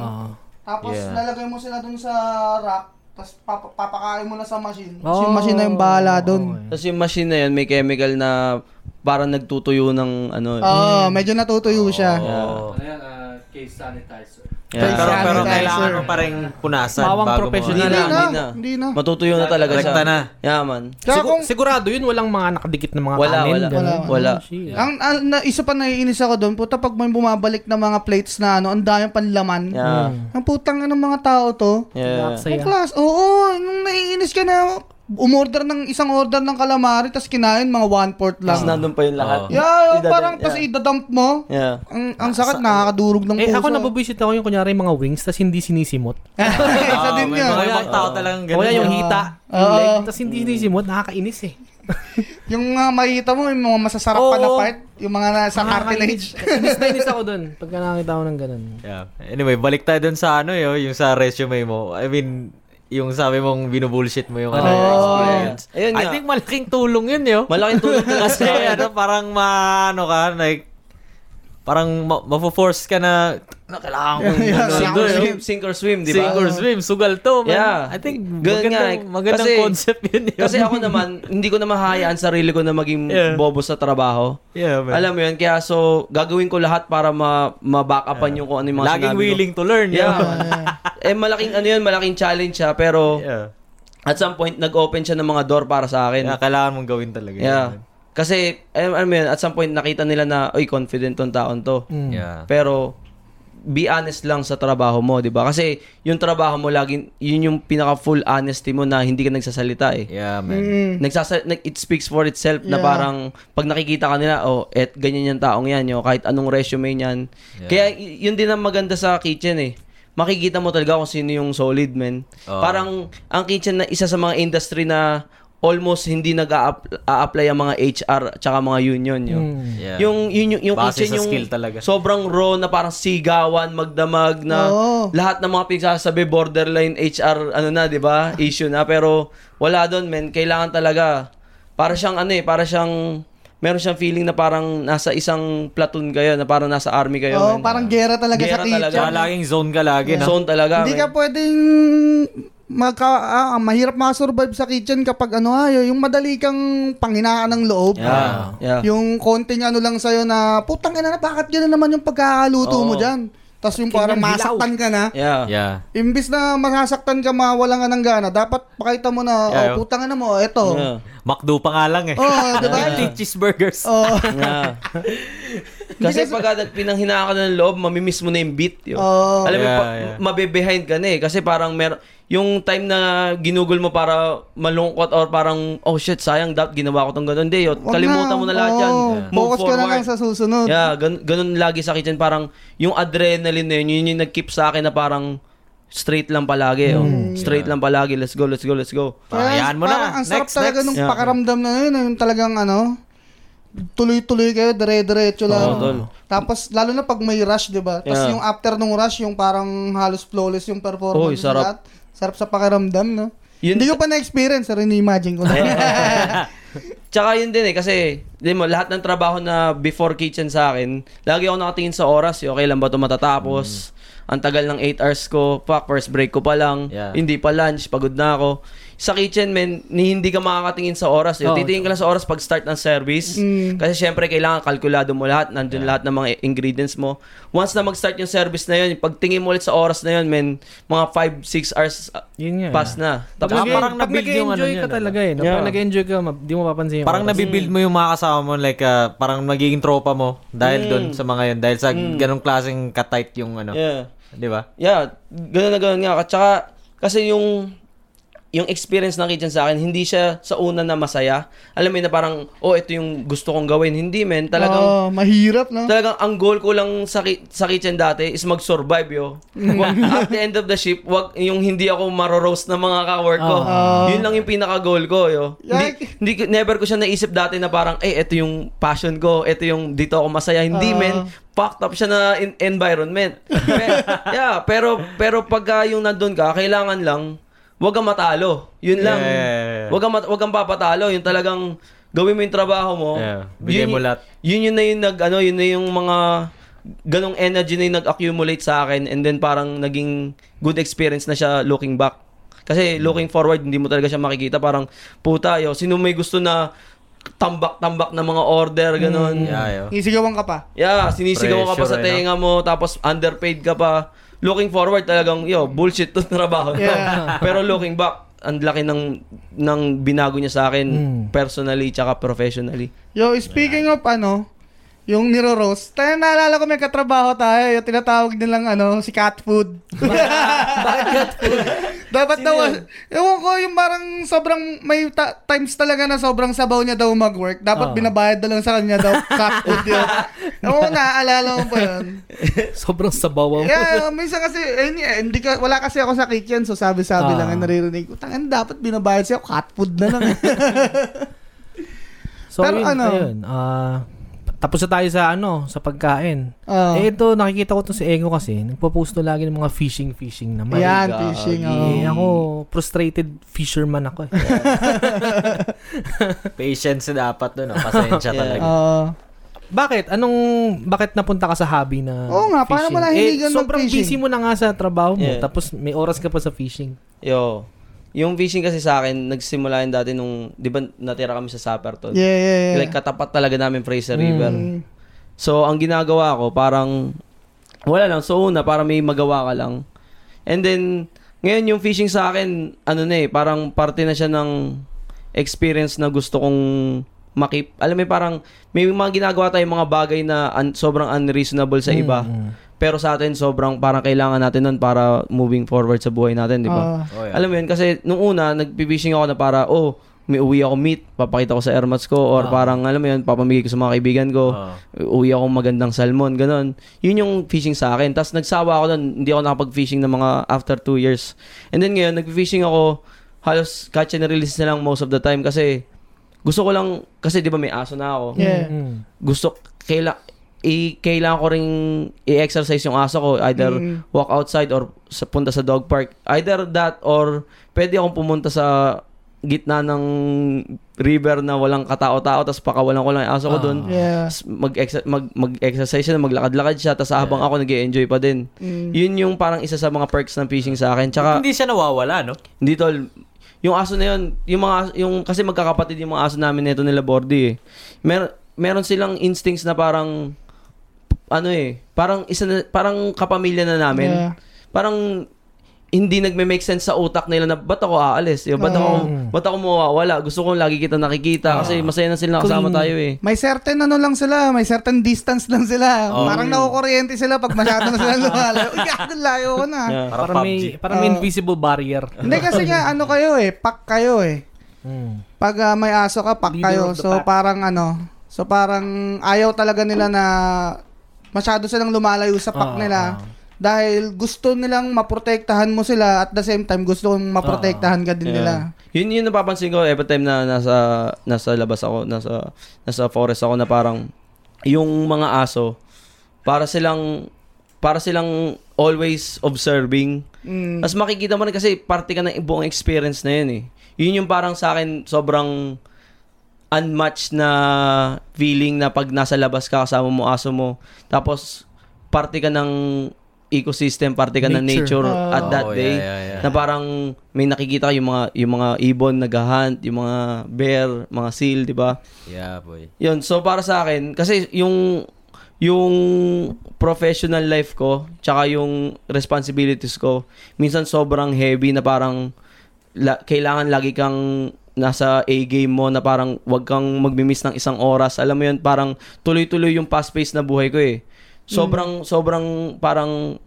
Tapos
Yeah.
lalagay mo sila dun sa rack. Tapos pap- papakain mo na sa machine.
Oo.
Kasi yung machine na yung bahala dun.
Oh. Okay.
Tapos yung machine na yun, may chemical na parang nagtutuyo ng ano.
Oo,
Mm.
medyo natutuyo siya.
Ano yan, ah, case sanitizer.
Yeah.
Pero, pero
Sanitizer.
kailangan mo pa rin punasan
Bawang
bago
professional.
Hindi
mo.
na,
Hindi na.
hindi na.
Matutuyo na talaga siya.
Rekta na.
Yaman.
Tsaka
Sigu-
kung-
sigurado yun, walang mga nakadikit na mga
Wala,
kanin.
wala,
ganun.
wala,
wala.
Oh, shit.
Ang, ang na, isa pa naiinis ako doon, puta pag may bumabalik na mga plates na ano, ang daming panlaman.
Yeah.
Mm.
Ang putang ng mga tao to.
Yeah.
Ang
Saya.
class, oo, nung naiinis ka na, umorder ng isang order ng calamari, tapos kinain mga one fourth lang.
Tapos
Oh.
nandun pa yung lahat.
yeah,
Idadad-
parang tas
yeah.
idadump mo.
Yeah.
Ang, ang sakit, nakakadurog ng
Eh,
puso.
ako nabubisit ako yung kunyari yung mga wings, tas hindi sinisimot.
Isa din
Ah, may
yun.
mga ibang tao talagang
O
ganun.
kaya yung hita, yung
Oo.
leg, tas hindi sinisimot, nakakainis eh.
Yung mga makikita mo, yung mga masasarap pa na
Oo.
part, yung mga nasa cartilage.
inis na inis ako dun, pagka nakakita ako ng ganun.
Yeah. Anyway, balik tayo dun sa ano yo, yung sa resume mo. I mean, yung sabi mong binubullshit mo yung ano, yung experience.
Ah, Ayun
I
nga. eh.
think malaking tulong yun yo.
Malaking tulog ka kasi.
Kasi ano, parang maano ka, like, parang ma- mapo-force ka na, na kailangan kong
Yeah.
ano,
Sink
to,
or
yo.
swim, sink or swim, di ba?
Sink or swim, sugal to. Man.
Yeah.
I think
Ganun nga,
magandang,
eh.
magandang
Kasi-
concept yun. eh. yo.
Kasi ako naman, hindi ko na mahayaan sarili ko na maging
Yeah.
bobo sa trabaho.
yeah, man.
Alam mo yun, kaya so, gagawin ko lahat para ma- ma-back upan yung kung ano yung mga
Laging
sinabi ko.
willing to learn. yo.
Yeah. eh, malaking ano yun, malaking challenge siya, pero
yeah.
at some point, nag-open siya ng mga door para sa akin.
Yeah, kailangan mong gawin talaga. yun,
Yeah.
man.
Kasi, alam, alam mo yun, at some point, nakita nila na, oy, confident tong taon to.
Yeah.
Pero, be honest lang sa trabaho mo, di ba? Kasi, yung trabaho mo, laging, yun yung pinaka-full honesty mo na hindi ka nagsasalita eh.
Yeah, man.
Mm.
Nagsasa- nag- it speaks for itself na
Yeah.
parang pag nakikita ka nila, oh, et, ganyan yung taong yan, yo, kahit anong resume niyan. Kaya y- yun din ang maganda sa kitchen eh. Makikita mo talaga kung sino yung solid, man.
Oo.
Parang ang kitchen na isa sa mga industry na almost hindi nag-a-apply ang mga HR tsaka mga union yo.
Yeah.
Yung, yun, yung, yung
Base sa
kitchen yung
skill talaga.
sobrang raw na parang sigawan, magdamag na
Oo.
lahat ng mga pinagsasabi borderline HR ano na, 'di ba? Issue na pero wala doon, men. Kailangan talaga para siyang ano eh, para siyang meron siyang feeling na parang nasa isang platoon kayo, na parang nasa army kayo.
Oo,
men.
parang gera talaga
ano. Gera
sa kitchen.
talaga.
Tsaka laging zone ka lagi, no?
Zone talaga.
Hindi
men.
ka pwedeng magka, ah, mahirap makasurvive sa kitchen kapag ano ayo yung madali kang panghinaan ng loob.
Yeah. yeah.
Yung konting ano lang sa'yo na, putang ina na, bakit gano'n naman yung pagkakaluto
Oo.
mo dyan? Tapos yung parang
Ganyan, hilaw.
masaktan ka na.
Yeah.
Yeah.
Imbis na masasaktan ka, mawalan ka ng gana, dapat pakita mo na,
Yeah,
oh, putang ina mo, eto.
Yeah.
McDo pa nga lang eh.
Oo, diba?
Empty cheeseburgers.
Oh,
Yeah. Kasi pag pinanghinaan ka na ng loob, mamimiss mo na yung beat. Yun.
Oo.
Alam mo,
Yeah,
pa-
yeah.
mabe-behind ka na eh. Kasi parang mer yung time na ginugol mo para malungkot or parang, oh shit, sayang, dapat ginawa ko tong ganun. Hindi, yun.
wag
kalimutan
na.
mo na lahat
Oo,
yan. Move
Focus ka
forward.
na lang sa susunod.
Yeah, gan- ganun lagi sa kitchen. Parang yung adrenaline na yun, yun yung nag-keep sa akin na parang straight lang palagi. oh.
Hmm.
Straight lang palagi. Let's go, let's go, let's go.
Pakayaan mo na.
Parang ang sarap
Next,
talaga
next.
nung
Yeah.
pakaramdam na yun, yung talagang ano, tuloy-tuloy kayo, dire-diretso lang.
Oo, tol.
Tapos, lalo na pag may rush, di ba? Tapos
Yeah.
yung after nung rush, yung parang halos flawless yung performance. ng
Oy, sarap.
lahat. Sarap sa pakaramdam, no?
Yun-
Hindi ko pa na-experience, pero ini-imagine ko na.
Tsaka yun din eh, kasi, di mo, lahat ng trabaho na before kitchen sa akin, lagi ako nakatingin sa oras, eh, okay lang ba ito
Mm.
matatapos? Ang tagal ng 8 hours ko, fuck, first break ko pa lang,
Yeah.
hindi pa lunch, pagod na ako. Sa kitchen, men, ni- hindi ka makakatingin sa oras. Eh.
Oo. Mm.
Titingin ka lang sa oras pag start ng service. Kasi syempre, kailangan kalkulado mo lahat, nandun lahat ng mga ingredients mo. Once na mag-start yung service na yun, pagtingin mo ulit sa oras na yun, men, mga 5-6 hours uh,
Yun nga.
pass na.
Pag,
Tapos
Tsaka
nag-
parang
pag
nabuild yung ano
nag-enjoy
niya,
ka
no?
talaga eh. No? Pag
Yeah.
nag-enjoy ka, ma- di mo mapapansin yung
Parang
oras.
nabibuild mo yung mga kasama mo, like, ah, parang nagiging tropa mo dahil doon sa mga yun. Dahil sa ganong klaseng katight yung ano.
Yeah.
Di ba?
Yeah, gano'n na gano'n nga. At saka, kasi yung yung experience ng kitchen sa akin, hindi siya sa una na masaya. Alam mo yun na parang, oh, ito yung gusto kong gawin. Hindi, men. Talagang,
Oo, mahirap, no?
Talagang ang goal ko lang sa, ki- sa kitchen dati is mag-survive, yo.
Mm.
Wag- At the end of the ship, wag yung hindi ako maroroast ng mga kawork ko.
Ah.
Yun lang yung pinaka-goal ko, yo. Hindi,
Ah. Like-
hindi, ko- never ko siya naisip dati na parang, eh, ito yung passion ko, ito yung dito ako masaya.
Ah.
Hindi, men. Fucked up siya na in- environment. Pe- yeah, pero, pero pagka yung nandun ka, kailangan lang, wag kang matalo. Yun lang.
Yeah, yeah, yeah.
Mm. Wag kang, mat- wag kang papatalo. Yung talagang gawin mo yung trabaho mo.
Yeah, bigay
Yun-
mo lahat.
yun yun na yung nag ano yun na yung mga ganong energy na yung nag-accumulate sa akin and then parang naging good experience na siya looking back kasi
Hmm.
looking forward hindi mo talaga siya makikita parang puta yo sino may gusto na tambak-tambak na mga order ganon
Yeah, yo.
Isigawan ka pa.
Yeah, sinisigaw ka pa
Pressure,
sa
eh, no?
tenga mo, tapos underpaid ka pa. Looking forward talagang, yo, bullshit to trabaho. to.
Yeah.
Pero looking back, ang laki ng, ng binago niya sa akin,
Hmm.
personally, tsaka professionally.
Yo, speaking of ano, yung Niro Rose, tayo naalala ko may katrabaho tayo, yung tinatawag nilang ano, si cat food. Bakit cat food? Dapat daw, ewan ko, yung parang sobrang, may ta- times talaga na sobrang sabaw niya daw mag-work. Dapat
Oo.
binabayad na lang sa kanya daw, cat food yun. Ewan ko, naaalala ko pa yun.
Sobrang sabaw mo.
Yeah, minsan kasi, eh, hindi- eh, hindi ka, wala kasi ako sa kitchen, so sabi-sabi
Ah.
lang, eh, naririnig ko, tangan, dapat binabayad siya, cat food na lang.
So,
Pero
yun,
ano?
ayun, ah, tapos na tayo sa ano, sa pagkain.
oh.
Eh ito, nakikita ko to si Ego kasi, nagpo-post na lagi ng mga fishing-fishing naman.
Yan,
God.
fishing. oh.
Eh, ako, frustrated fisherman ako eh.
Patience na dapat doon. No? Pasensya
Yeah.
talaga.
Oo.
Bakit? Anong, bakit napunta ka sa hobby na
Oo nga, paano mo nahiligan
eh, sobrang
mag-fishing?
busy mo na nga sa trabaho mo,
Yeah.
tapos may oras ka pa sa fishing.
Yo, yung fishing kasi sa akin, nagsimula yun dati nung, di ba natira kami sa Sapperton?
Yeah, Hmm. yeah, yeah. Mm.
Like katapat talaga namin Fraser River. So, ang ginagawa ko, parang, wala lang. So, una, para may magawa ka lang. And then, ngayon yung fishing sa akin, ano na eh, parang parte na siya ng experience na gusto kong makip. Alam mo, eh, parang may mga ginagawa tayong mga bagay na un- sobrang unreasonable sa iba. Pero sa atin, sobrang parang kailangan natin nun para moving forward sa buhay natin, di
Ah.
ba?
Oh, yeah.
Alam mo yun, kasi nung una, nagpipishing ako na para, oh, may uwi ako meat, papakita ko sa airmats ko, or parang, alam mo yun, papamigay ko sa mga kaibigan ko,
Ah.
uwi ako magandang salmon, ganun. Yun yung fishing sa akin. Tapos nagsawa ako nun, hindi ako nakapag-fishing ng mga after two years. And then ngayon, nag-fishing ako, halos catch and release na lang most of the time kasi gusto ko lang, kasi di ba may aso na ako
Yeah.
Mm.
gusto kaila i kailangan ko ring i-exercise yung aso ko either
Mm.
walk outside or sa punta sa dog park either that or pwede akong pumunta sa gitna ng river na walang katao-tao tapos pakawalan ko lang yung aso ko
Ah.
doon
Yeah.
Tas mag-exa- mag mag-exercise siya maglakad-lakad siya tapos habang ako nag-enjoy pa din
Mm.
yun yung parang isa sa mga perks ng fishing sa akin tsaka
Hindi siya nawawala, no?
hindi tol, yung aso na yun, yung mga aso- yung kasi magkakapatid yung mga aso namin nito nila Bordy eh. Mer meron silang instincts na parang ano eh, parang isa na, parang kapamilya na namin.
Yeah.
Parang hindi nagme-make sense sa utak nila na ba't ako aalis? Yo, ba't ako,
Mm.
ba't ako mawawala? Gusto ko lagi kita nakikita kasi masaya na sila kasama
Clean.
tayo eh.
May certain ano lang sila, may certain distance lang sila.
Oh.
Parang nakukuryente sila pag masyado na sila lumalayo. Uy, gago, layo ko na.
Yeah.
Parang
Parang
PUBG.
may, parang may
Ah.
invisible barrier.
Hindi kasi nga ano kayo eh, pack kayo eh.
Hmm.
Mm.
Pag ah, may aso ka, pack
Leader
kayo.
of the
So
pack.
parang ano, so parang ayaw talaga nila na masyado silang lumalayo sa pack
Ah,
nila.
ah.
Dahil gusto nilang maprotektahan mo sila at the same time gusto mong maprotektahan ka din
Yeah.
nila.
Yun yun napapansin ko every time na nasa nasa labas ako, nasa nasa forest ako na parang yung mga aso para silang para silang always observing.
Mm.
Mas makikita mo rin kasi parte ka ng buong experience na yun eh. Yun yung parang sa akin sobrang unmatched na feeling na pag nasa labas ka kasama mo aso mo tapos parte ka ng ecosystem, parte ka ng
Nature.
nature
Ah.
at that
Oh, yeah,
day
yeah, yeah.
na parang may nakikita yung mga yung mga ibon naghahunt, yung mga bear, mga seal, 'di ba?
Yeah, boy.
Yun, so para sa akin kasi yung yung professional life ko tsaka yung responsibilities ko minsan sobrang heavy na parang la- kailangan lagi kang nasa A game mo na parang wag kang magmi-miss ng isang oras. Alam mo yun, parang
Mm.
tuloy-tuloy yung fast-paced na buhay ko eh. Sobrang sobrang parang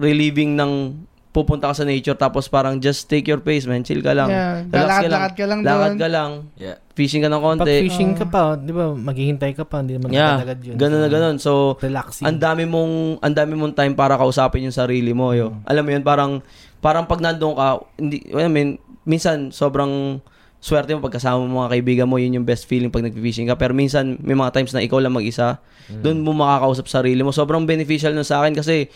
relieving ng pupunta ka sa nature tapos parang just take your pace man chill ka lang
Yeah.
relax ka lang
Lalakad-lakad ka lang
lakad
doon.
ka lang
Yeah.
fishing ka ng
Pag
konti
fishing ka pa, di ba, maghihintay ka pa, hindi naman
yeah
agad yun.
ganun na ganun so
Relaxing.
ang dami mong ang dami mong time para kausapin yung sarili mo yo alam mo yun parang parang pag nandoon ka hindi I mean minsan sobrang swerte mo pagkasama mo mga kaibigan mo yun yung best feeling pag nagfi-fishing ka pero minsan may mga times na ikaw lang mag-isa doon mo makakausap sarili mo sobrang beneficial nun sa akin kasi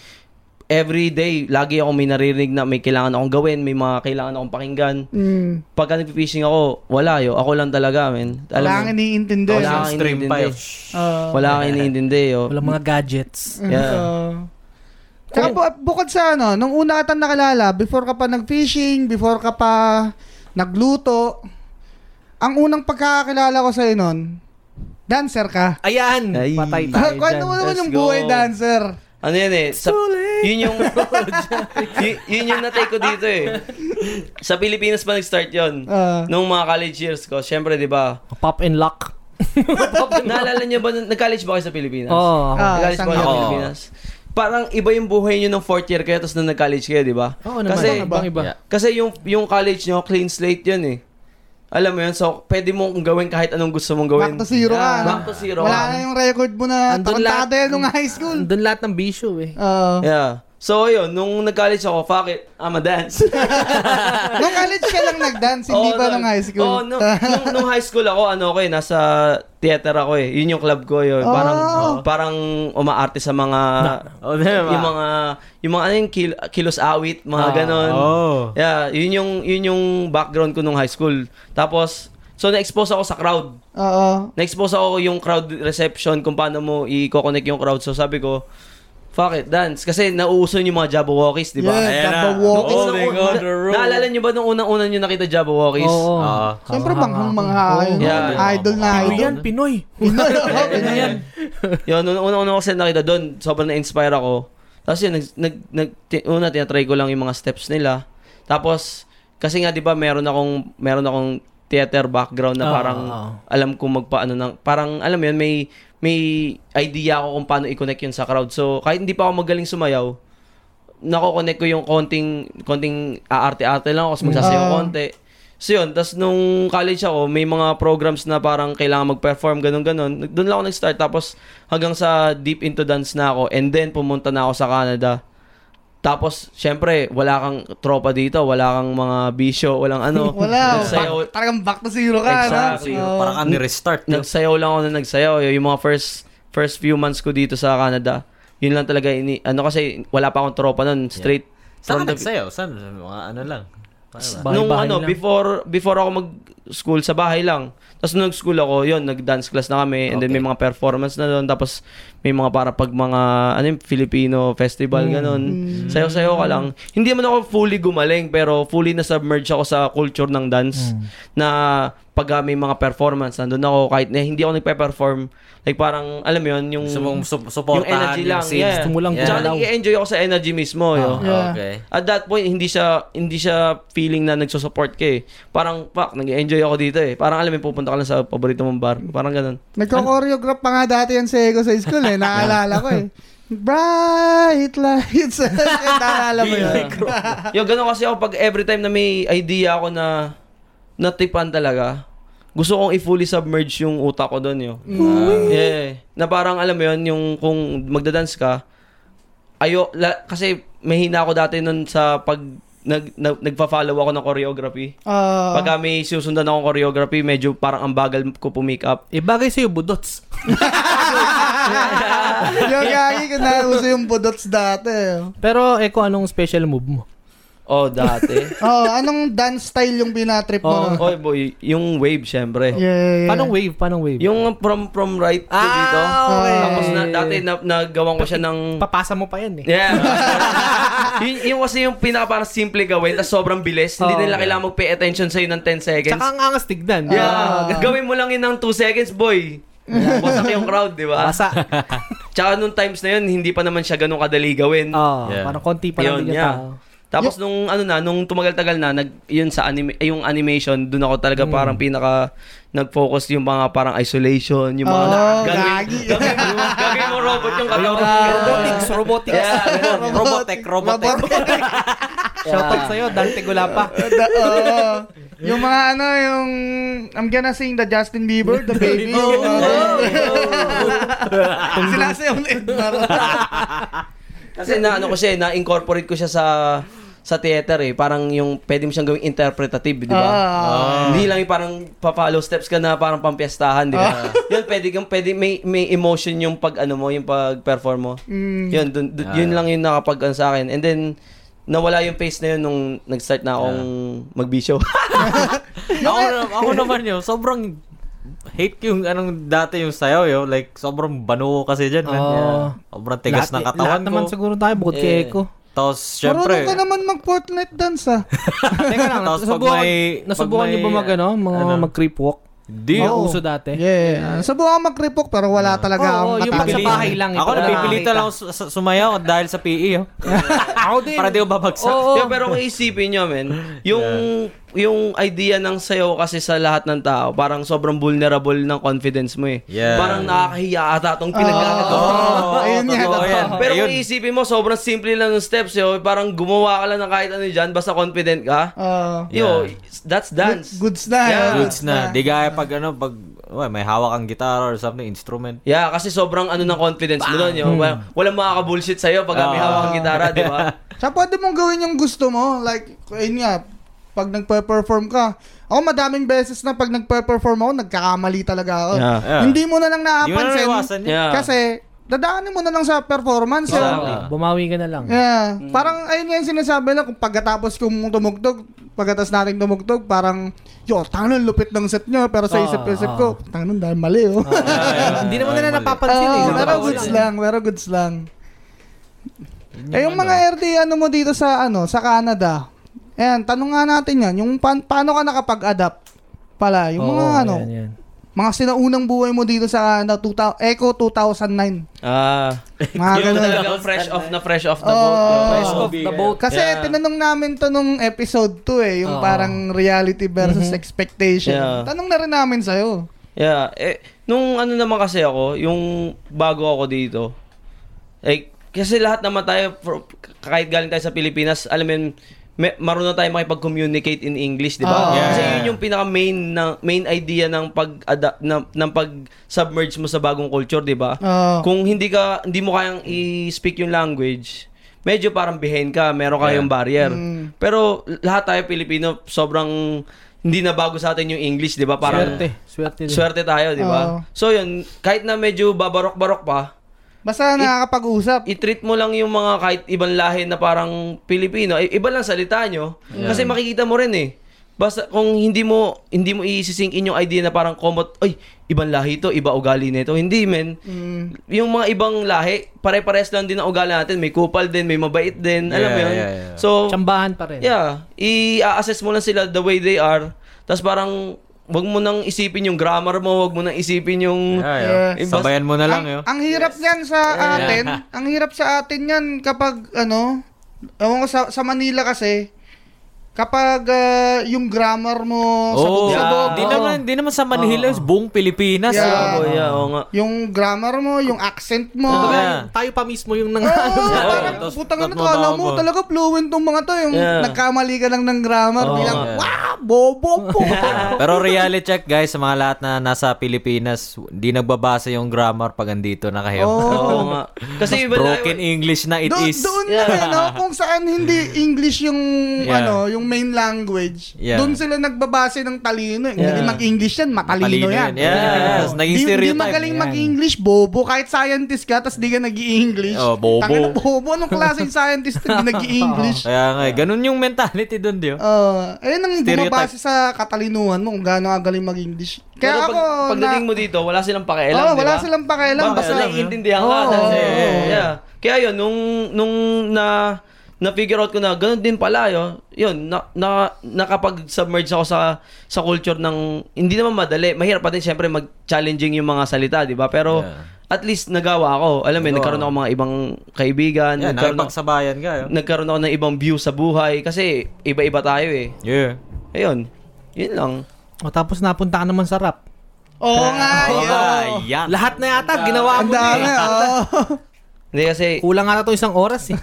every day lagi ako may naririnig na may kailangan akong gawin may mga kailangan akong pakinggan
Mm.
pagka nagfi-fishing ako wala yo ako lang talaga men alam
Wala
mo
kang iniintindi. Ah.
Wala
Wala
kang
stream pa eh. yun.
Oo.
wala kang iniintindi yo
Walang mga gadgets.
Yeah.
Oo. Mm. Ah. Tsaka bu- bukod sa ano, nung una ka nakalala, before ka pa nag-fishing, before ka pa nagluto, ang unang pagkakakilala ko sa'yo nun, dancer ka.
Ayan!
Ay.
Patay tayo dyan.
Kwento mo naman
Let's
yung buhay
go.
dancer.
Ano yan eh? Sa, yun yung... y- yun yung natake ko dito eh. Sa Pilipinas pa nag-start yun.
Ah.
Nung mga college years ko. Siyempre, di ba?
Pop and lock.
Naalala niyo ba, nag-college ba kayo sa Pilipinas?
Oo. Oh,
Ah,
nag-college ba
isang
kayo sa
year.
Pilipinas? Parang iba yung buhay niyo nung fourth year kayo tapos nung nag-college kayo, di ba?
Oo naman.
Kasi-
Ano
ibang iba.
Yeah.
Kasi yung, yung college niyo, clean slate yun eh. Alam mo yun? So, pwede mong gawin kahit anong gusto mong gawin.
Back to zero ka. ano?
Back to zero
Wala
ka.
na yung record mo na
Andun
tarantado
lahat-
yan Ah, nung high school. Ah.
Doon lahat ng bisyo eh.
Oo.
Yeah. So, yun. Nung nag-college ako, fuck it. I'm a dance.
nung college ka lang nag-dance, hindi
Oo,
ba
Oh, no.
nung high school?
Oo, nung, nung, nung high school ako, ano ko eh, nasa theater ako eh. Yun yung club ko yun. Parang,
Oh.
parang umaarte sa mga,
Oh, di ba?
yung mga, yung mga ano yung kil, kilos awit, mga
Ah,
ganon.
oh.
Yeah, yun yung, yun yung background ko nung high school. Tapos, so na-expose ako sa crowd.
Oo.
Na-expose ako yung crowd reception kung paano mo i-connect yung crowd. So sabi ko, fuck it, dance. Kasi nauuso yung mga Jabberwockies, di ba?
Yeah,
Ayan na.
Jabberwockies.
Oh, they go the road.
Naalala nyo ba nung unang-una nyo nakita Jabberwockies?
Oo.
Oo.
Siyempre banghang mga yun.
Ah. Yeah,
no?
yeah.
Idol na
Pinoy
idol.
yan, Pinoy.
Pinoy. Oo, Pinoy yan.
Yun, nung unang-una ko kasi nakita doon, sobrang na-inspire ako. Tapos yun, nag, nag, nag, ti- una, tinatry ko lang yung mga steps nila. Tapos, kasi nga, di ba, meron akong, meron akong theater background na
Oo,
parang
oo.
alam kong magpaano ng parang alam mo yun may may idea ako kung paano i-connect yun sa crowd so kahit hindi pa ako magaling sumayaw nako-connect ko yung konting konting aarte-arte lang ako kasi magsasayaw
Ah.
konti so yun tapos nung college ako may mga programs na parang kailangan mag-perform ganun ganun doon lang ako nag-start tapos hanggang sa deep into dance na ako and then pumunta na ako sa Canada tapos, syempre, wala kang tropa dito, wala kang mga bisyo, walang ano.
Wala. Back-
Nagsayaw,
Talagang back to zero ka. no?
Exactly.
Oo.
oh, Parang ka ni-restart. no?
nagsayaw lang ako na nagsayaw. Yung mga first first few months ko dito sa Canada, yun lang talaga ini ano kasi wala pa akong tropa noon straight
Saan
from
ka
the-
nagsayaw? Saan? Mga ano lang. Paano ba?
Bahay-bahay
nung ano
lang.
before before ako mag school sa bahay lang tapos nung nag-school ako yun nag dance class na kami and then may mga performance na doon tapos may mga para pag mga ano yung Filipino festival
Mm.
ganun sayaw-sayaw ka lang hindi man ako fully gumaling pero fully na submerge ako sa culture ng dance
Mm.
na pag ah, may mga performance nandun ako kahit na hindi ako nagpe-perform like parang alam mo yun yung
Gusto mong su- supportahan
yung energy lang
scene. Ah,
yeah.
Gusto mo lang
Tsaka
gumalaw.
nag-enjoy ako sa energy mismo yo.
Yeah.
Okay.
At that point, hindi siya hindi siya feeling na nagsusupport ka eh. Parang, fuck, nag-enjoy ako dito eh. Parang alam mo, pupunta ka lang sa paborito mong bar. Parang ganun.
Oh. Nagko-choreograph pa nga dati yan sa Ego sa school eh. Naalala ko eh. Bright lights. Naalala mo yun.
Yo, ganun kasi ako pag every time na may idea ako na natipan talaga, gusto kong i-fully submerge yung utak ko doon yo. Yeah. Na parang alam mo yun, yung kung magdadance ka, ayo la, kasi mahina ako dati nun sa pag nag, nag, nagpa-follow ako ng choreography.
Ah,
Pagka may susundan akong choreography, medyo parang ang bagal ko pumick up.
Eh, bagay sa'yo, budots.
yung gagi ko na uso yung budots dati. eh.
Pero, Eko, anong special move mo?
Oh, dati.
Oh, anong dance style yung binatrip mo?
Oy boy, yung wave syempre.
Oh. Yeah, yeah, yeah.
Panong wave? Panong wave?
Yung from from right
Ah,
to dito.
okay.
Tapos na, dati na, nagawan ko siya ng
Papasa mo pa yan eh.
Yeah. yun, yun kasi yung pinaka parang simple gawin tapos sobrang bilis. Hindi nila kailangan mag-pay attention sa'yo ng 10 seconds.
Tsaka ang angas tignan. Ah,
yeah. Gawin mo lang yun ng 2 seconds, boy. Wasak yung crowd, di ba?
Basa.
Tsaka nung times na yun, hindi pa naman siya ganun kadali gawin.
Oo,
Yeah.
Oh, parang konti pa lang
Yun,
din yung
yeah.
tao.
Tapos nung ano na, nung tumagal-tagal na, nag, yun sa anime, eh, yung animation, dun ako talaga
Mm.
parang pinaka nag-focus yung mga parang isolation, yung mga
Oh,
gagawin-
gagi.
gagawin mo- gagawin mo
robot yung katawan.
robotics, robotics.
Ah. Yeah, ganun.
Robotech, robotech.
Shoutout sa'yo, Dante Gulapa.
The- oo. yung mga ano, yung I'm gonna sing the Justin Bieber, the baby.
Oh,
Sila sa yung Edmar.
Kasi na ano ko siya, eh, na-incorporate ko siya sa sa theater eh. Parang yung pwede mo siyang gawing interpretative, di ba? Ah. Hindi lang yung parang pa-follow steps ka na parang pampiestahan, di ba? yun, pwede kang, pwede, may, may emotion yung pag ano mo, yung pag-perform mo. Yun, dun, dun- yun lang yung nakapag ano, sa akin. And then, nawala yung pace na yun nung nag-start na akong magbisyo.
ako, na- ako naman yun, sobrang hate ko yung anong dati yung sayaw yo like sobrang banuo kasi dyan man
Oo.
Yeah. sobrang tigas
Lahat-
ng katawan
Lahat naman
ko
siguro tayo, bukod kay
Eh.
Eko.
tapos
Marunong
syempre
ka naman mag-Fortnite dance ah.
Teka lang,
Tapos pag
nasubukan,
may-
nasubukan
pag
niyo ba
may-
mag, ano, mga
ano?
mag-creep walk?
Hindi.
Mga
Oo.
uso dati.
Yeah. Subukan mag-ripok pero wala
Ah.
talaga
Oo,
akong
yung pag sa
katawan.
bahay lang, ito
Ako
lang
napipilitan
nakakita.
lang ako su- su- sumayaw dahil sa PE yo.
Ako din.
Para di ko babagsak.
Oo.
Pero, pero kung isipin nyo, men, yung, yung idea ng sayo kasi sa lahat ng tao, parang sobrang vulnerable ng confidence mo eh.
Yeah.
Parang nakakahiya ata itong pinagkakagawa.
Oo, ayun nga,
totoo
totoo.
yan.
Pero
Ayun.
kung iisipin mo, sobrang simple lang ng steps yo. Parang gumawa ka lang ng kahit ano dyan, basta confident ka.
Oo.
Yo,
Yeah.
that's dance.
Goods na.
Yeah.
yun.
Goods na. Di gaya pag ano, pag uy, may hawak ang gitara or something, instrument.
Yeah, kasi sobrang ano ng confidence mo nun, yo. Wal- Walang makaka-bullshit sa'yo pag may
Ah.
hawak ang gitara, di ba?
Sa pwede mong gawin yung gusto mo. Like, ayun nga, pag nagpe-perform ka. Ako madaming beses na pag nagpe-perform ako, nagkakamali talaga ako.
Yeah.
Yeah.
Hindi mo na lang
Di mo na
nakapansin.
naiwasan yun.
Yeah.
Kasi, dadaanin mo na lang sa performance.
Oo.
yun.
Ah, Bumawi ka na lang.
Yeah. Parang ayun nga yung sinasabi na kung pagkatapos kung tumugtog, pagkatapos nating tumugtog, parang, yo, tanong lupit ng set nyo. Pero sa
Ah,
isip-isip
ah.
ko, tanong dahil mali, oh.
Hindi naman nila
Ay, mali.
napapansin eh.
Oo, pero
Napapansin
goods lang, pero goods lang. Eh, yung mga RD, ano mo dito sa, ano, sa Canada, ayan, tanong nga natin yan, yung pa- paano ka nakapag-adapt pala, yung mga,
Oo,
ano,
yan, yan.
mga sinaunang buhay mo dito sa Canada, 2000, Echo 2009,
Ah.
mga
Yung
ganun.
talagang fresh off na fresh off the
Oo.
boat. yo.
Price of the boat.
Kasi
Yeah.
tinanong namin to nung episode 2 eh, yung
Oo.
parang reality versus expectation.
Yeah.
Tanong na rin namin sa'yo.
Yeah, eh, nung ano naman kasi ako, yung bago ako dito, eh, kasi lahat naman tayo, for- kahit galing tayo sa Pilipinas, alam mo yun, may, marunong tayo makipag-communicate in English, di ba?
Ah.
Yeah.
Kasi yun yung pinaka-main na, main idea ng pag na, ng pag-submerge mo sa bagong culture, di ba?
Oo.
Kung hindi ka hindi mo kayang i-speak yung language, medyo parang behind ka, meron kayong barrier. Pero lahat tayo Pilipino, sobrang hindi na bago sa atin yung English, di ba? Parang
Swerte. Swerte din.
Swerte tayo, di
Oo.
ba? So yun, kahit na medyo babarok-barok pa,
Basta nakakapag-usap.
i-treat mo lang yung mga kahit ibang lahi na parang Pilipino. I- Iba lang salita nyo. Kasi makikita mo rin eh. Basta kung hindi mo hindi mo i-sink in yung idea na parang komot, ay, ibang lahi to, iba ugali nito. Hindi, men.
Mm.
Yung mga ibang lahi, pare-pares lang din ang ugali natin. May kupal din, may mabait din. Alam
Yeah,
mo yun?
yeah, yeah.
So,
Tsambahan pa rin.
Yeah, i-assess mo lang sila the way they are. Tapos parang wag mo nang isipin yung grammar mo, wag mo nang isipin yung
Yeah, yo.
Yeah.
Sabayan mo na Ano lang yo.
ang, ang hirap niyan sa atin, ang hirap sa atin yan kapag ano, ewan ko sa, sa Manila kasi, kapag ah, yung grammar mo sa
Oh,
bu- sa
yeah.
buong-
di naman di naman sa Manila, buong Pilipinas. eh.
Yeah.
yo.
Yeah, oh, yeah, oo nga.
yung grammar mo, yung accent mo.
Oo.
Kumbaga,
Yeah.
tayo pa mismo yung nang...
Oo, Ah, Ano parang
Tapos
putang na
Oh, tatlo
kala
daw
mo,
ako.
talaga fluent tong mga to. Yung
Yeah.
nagkamali ka lang ng grammar,
Oo.
bilang,
Oh, Yeah.
wow, bobo po.
Pero reality check guys, sa mga lahat na nasa Pilipinas, di nagbabasa yung grammar pag andito na kayo.
Oo.
Oo nga. Kasi iba na
Broken English na it
Oh. doon,
is.
doon na eh,
Yeah.
no? Kung saan hindi English yung,
Yeah.
ano, yung main language,
Yeah.
doon sila nagbabase ng talino. eh. Kung
Yeah.
hindi mag-English yan, matalino,
Matalino
yan. Oh.
yan. Yes, naging
Di- Di,
stereotype
magaling
yan.
mag-English, bobo. Kahit scientist ka, tas di ka nag-i-English.
Oh, bobo.
Tangina, bobo. Anong klaseng scientist na di nag-i-English?
Kaya nga, eh, ganun yung mentality doon, di ba?
Uh, ayun ang
Stereotype.
bumabase sa katalinuhan mo kung gaano kagaling mag-English. Kaya
Pero
ako,
pag, pagdating
na-
mo dito, wala silang pakialam,
Oo,
di
wala
ba?
silang pakialam.
Ba- Basta
Basta,
naiintindihan ka.
Oo.
That's it.
Oo.
Yeah. Kaya yun, nung, nung na, na-figure out ko na ganun din pala yun, yun na, na, nakapag-submerge ako sa sa culture ng, hindi naman madali, mahirap pa din syempre mag-challenging yung mga salita, di ba? Pero
Yeah.
at least nagawa ako. Alam mo, yun,
Nagawa.
nagkaroon ako mga ibang kaibigan,
Yan,
nagkaroon, ako,
nakipagsabayan ka. yo.
nagkaroon ako ng ibang view sa buhay kasi iba-iba tayo eh.
Yeah.
Ayun, yun lang.
O, tapos napunta ka naman sa rap.
Oo nga.
Oo
yun.
nga, yan.
Lahat na yata, ginawa
Ang
mo na
dami,
eh.
oo.
Hindi kasi,
Kulang nga na to isang oras eh.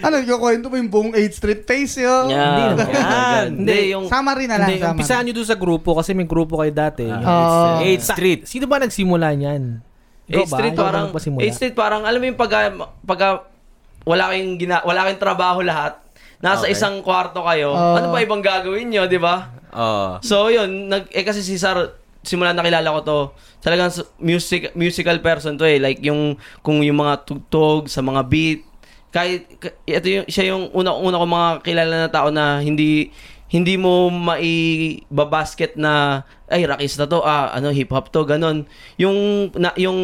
Ano, ikukwento mo yung buong 8th Street Face yun.
yan.
Hindi naman.
Yan. Hindi, yung,
Summary na lang.
Hindi,
summary.
umpisaan nyo doon sa grupo kasi may grupo kayo dati.
Oo.
8th Street.
Sino ba nagsimula niyan?
8th Street Eh,
ano
parang, eh, 8th
Street.
Street parang, alam mo yung pag, pag wala kayong, gina, wala kayong trabaho lahat, nasa
Okay.
isang kwarto kayo,
Oo.
ano pa ibang gagawin nyo, di ba?
Oo.
So yun, nag, eh kasi si Sar, simula nakilala ko to, talagang s- music, musical person to eh. Like yung, kung yung mga tugtog sa mga beat. Kahit, k- ito yung, siya yung una-una ko mga kilala na tao na hindi, hindi mo maibabasket na, ay, rockist na to, ah, ano, hip-hop to, ganun. Yung, na, yung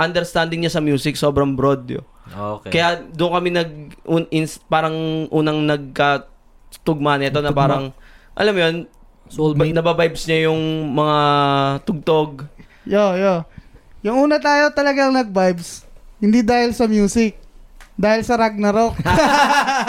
understanding niya sa music, sobrang broad yun.
Okay.
Kaya doon kami nag un, ins- parang unang nagkatugma nito na parang alam mo 'yun, ba-
Soulmate.
nababibes niya yung mga tugtog.
Yo, yo. Yung una tayo talagang nag-vibes, hindi dahil sa music, dahil sa Ragnarok.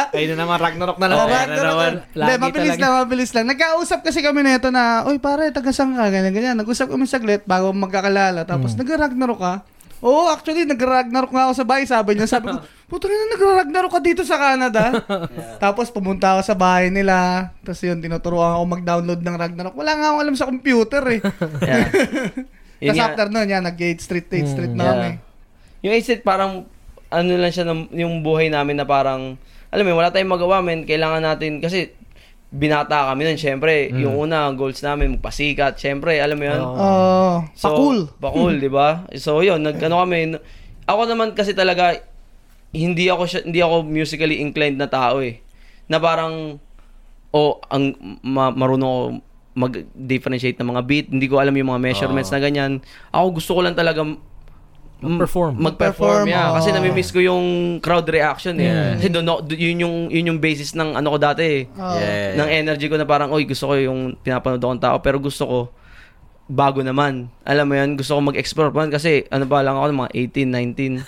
Oh,
Ayun na naman, Ragnarok na lang.
Oo,
Ragnarok.
yan na naman.
Hindi,
Lagi
mabilis
talaga.
lang, mabilis lang. Nagkausap kasi kami nito na, Uy, pare, taga saan ka? Ganyan, ganyan. Nag-usap kami saglit bago magkakalala. Tapos,
Hmm.
nag-Ragnarok ka? Oo, actually, nag-Ragnarok nga ako sa bahay. Sabi niya, sabi ko, puto na nag-Ragnarok ka dito sa Canada. Tapos, pumunta ako sa bahay nila. Tapos yun, tinuturuan ako mag-download ng Ragnarok. Wala nga akong alam sa computer eh.
Yeah. Yun
Tapos
nga. Hmm.
after nun, yan, nag-8 street, 8 street na
Yeah.
kami.
Yung exit parang ano lang siya ng- yung buhay namin na parang alam mo, yun, wala tayong magawa men, kailangan natin kasi binata kami nun, syempre, yung una, ang goals namin, magpasikat, syempre, alam mo yun.
Oo.
Oo. Pakul.
Bakul, di ba? So, yun, nagkano kami. n- Ako naman kasi talaga, hindi ako, siya- hindi ako musically inclined na tao eh. Na parang, oh, ang ma- marunong ako mag-differentiate ng mga beat. Hindi ko alam yung mga measurements na ganyan. Ako gusto ko lang talaga m-
Mag-perform.
Mag-perform, yeah.
Mag-perform,
Kasi
oo. Mm.
nami-miss ko yung crowd reaction eh. Kasi doon, ako- doon- yun yung, yun yung basis ng ano ko dati eh
Yeah.
ng energy ko na parang, oy, gusto ko yung pinapanood akong tao, pero gusto ko bago naman. Alam mo yan, gusto ko mag-explore pa kasi ano ba lang ako, mga 18, 19.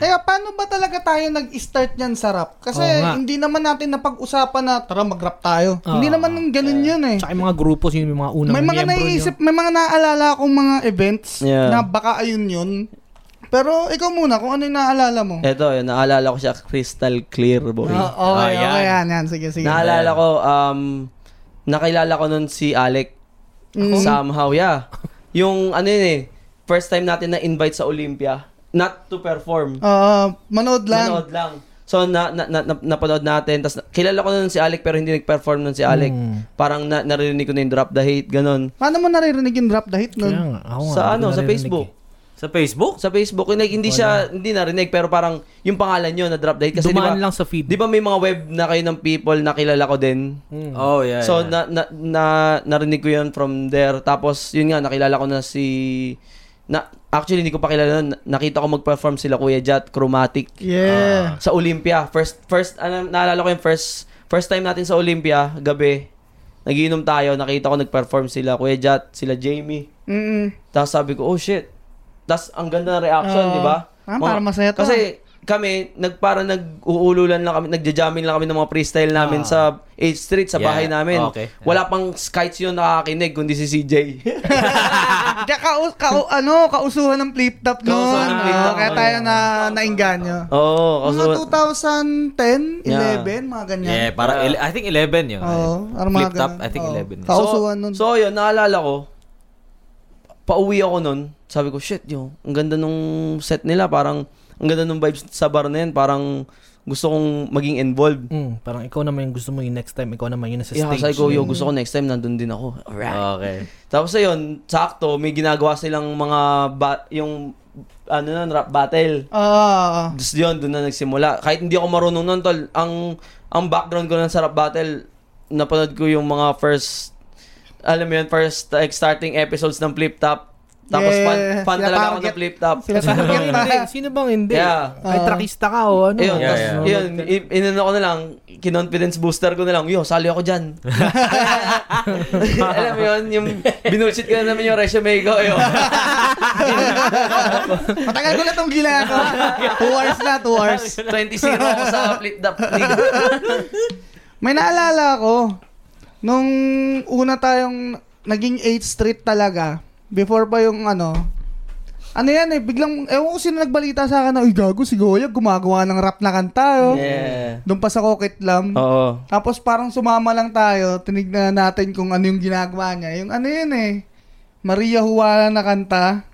Kaya paano ba talaga tayo nag-start niyan sa rap? Kasi
Oo nga.
hindi naman natin napag-usapan na tara mag-rap tayo.
Oo.
Hindi naman nang ganun yun eh.
Tsaka yung mga grupo, sino yung mga unang
May mga
miyembro nyo?
naiisip, may mga naaalala akong mga events
Yeah.
na baka ayun yun. Pero ikaw muna kung ano yung naaalala mo.
Eto, yun, naalala ko siya, crystal clear, boy.
Ah, okay,
Ah,
okay,
yan.
yan, yan. Sige, sige.
naalala ko, um, nakilala ko nun si Alec. Mm-hmm. Somehow, yeah. Yung ano yun eh, first time natin na-invite sa Olympia, not to perform.
Ah, manood lang.
Nanood lang. So, na, na, na, na- napanood natin. Tapos, kilala ko nun si Alec pero hindi nag-perform nun si Alec.
Hmm.
Parang na, narinig ko na yung drop the hate, ganun.
Paano mo naririnig yung rap the hit nun?
Kaya nga, ako nga, hindi ko
sa ano, sa
naririnig
Facebook.
eh.
Sa Facebook?
Sa Facebook, like, hindi siya, hindi narinig, pero parang yung pangalan nyo na drop the hate. Kasi di
Dumaan
ba,
lang sa feed.
di ba may mga web na kayo ng people na kilala ko din?
Mm.
Oh, yeah.
so,
yeah.
na, na, na- narinig ko yun from there. Tapos, yun nga, nakilala ko na si... Na, actually, hindi ko pa kilala nun. Nakita ko mag-perform sila Kuya Jat, Chromatic.
Yeah.
sa Olympia. First first ano, naalala ko yung first first time natin sa Olympia, gabi. Nagiinom tayo, nakita ko nag-perform sila Kuya Jat, sila Jamie.
Mm-mm.
Tapos sabi ko, oh shit. Tapos ang ganda ng reaction,
Oo.
di ba?
Ah, para masaya to.
Kasi kami, nagpara nag-uululan lang kami, nagja-jamming lang kami ng mga freestyle namin sa 8th Street,
Ah.
sa
Yeah.
bahay namin.
Okay. Yeah.
Wala pang kites yun nakakinig, kundi si CJ.
Kaya ka, ka, ano, kausuhan ng flip top nun.
Kausuhan ng flip top,
Ah, kaya
oh,
tayo na nainganyo.
Oo, oh,
Mga 2010,
Yeah.
11, mga ganyan.
yeah, para ele- I think 11 yun.
Oh,
Oo, parang mga
Flip top,
ganun.
I think
Oo.
11 yun.
Ka- Kausuhan nun.
So, yun, naalala ko, pauwi ako nun, sabi ko, shit, yo, ang ganda nung set nila, parang, ang ganda nung vibes sa bar na yan, parang gusto kong maging involved.
Mm, parang ikaw naman yung gusto mo yung next time, ikaw naman yung nasa
Yeah,
stage.
sabi ko, yo, gusto ko next time, nandun din ako. Alright.
Okay.
Tapos ayun, sakto, may ginagawa silang mga, ba- yung, ano nun, rap battle.
Ah,
Tapos yun, doon na nagsimula. Kahit hindi ako marunong nun, tol, ang, ang background ko ng Sarap Battle, napanood ko yung mga first, alam mo yun, first like, starting episodes ng Flip Top. Tapos
Yeah,
fan, fan
sila
talaga ako
target.
ng Flip Top.
sila
Sino bang
target na.
hindi? Sino bang hindi?
Yeah.
Ah.
Kahit trakista ka o ano.
Ayun,
Yeah,
tas,
yeah.
yun, i- inano ko na lang, kinonfidence booster ko na lang, yo, sali ako dyan. alam mo yun, yung binulshit ko na naman yung resume ko, yo.
Matagal ko na itong ginagawa. two hours na, two hours.
20-0 ako sa Flip Top League.
May naalala ako, nung una tayong naging 8th Street talaga. Before pa yung ano, ano yan eh, biglang, ewan ko sino nagbalita sa akin na, uy gago, si Goyag, gumagawa ng rap na kanta. Oh.
Yeah. Oh.
Doon pa sa Kokit Lam.
Oo.
Tapos parang sumama lang tayo, tinignan natin kung ano yung ginagawa niya. Yung ano yun eh, Maria Juana na kanta.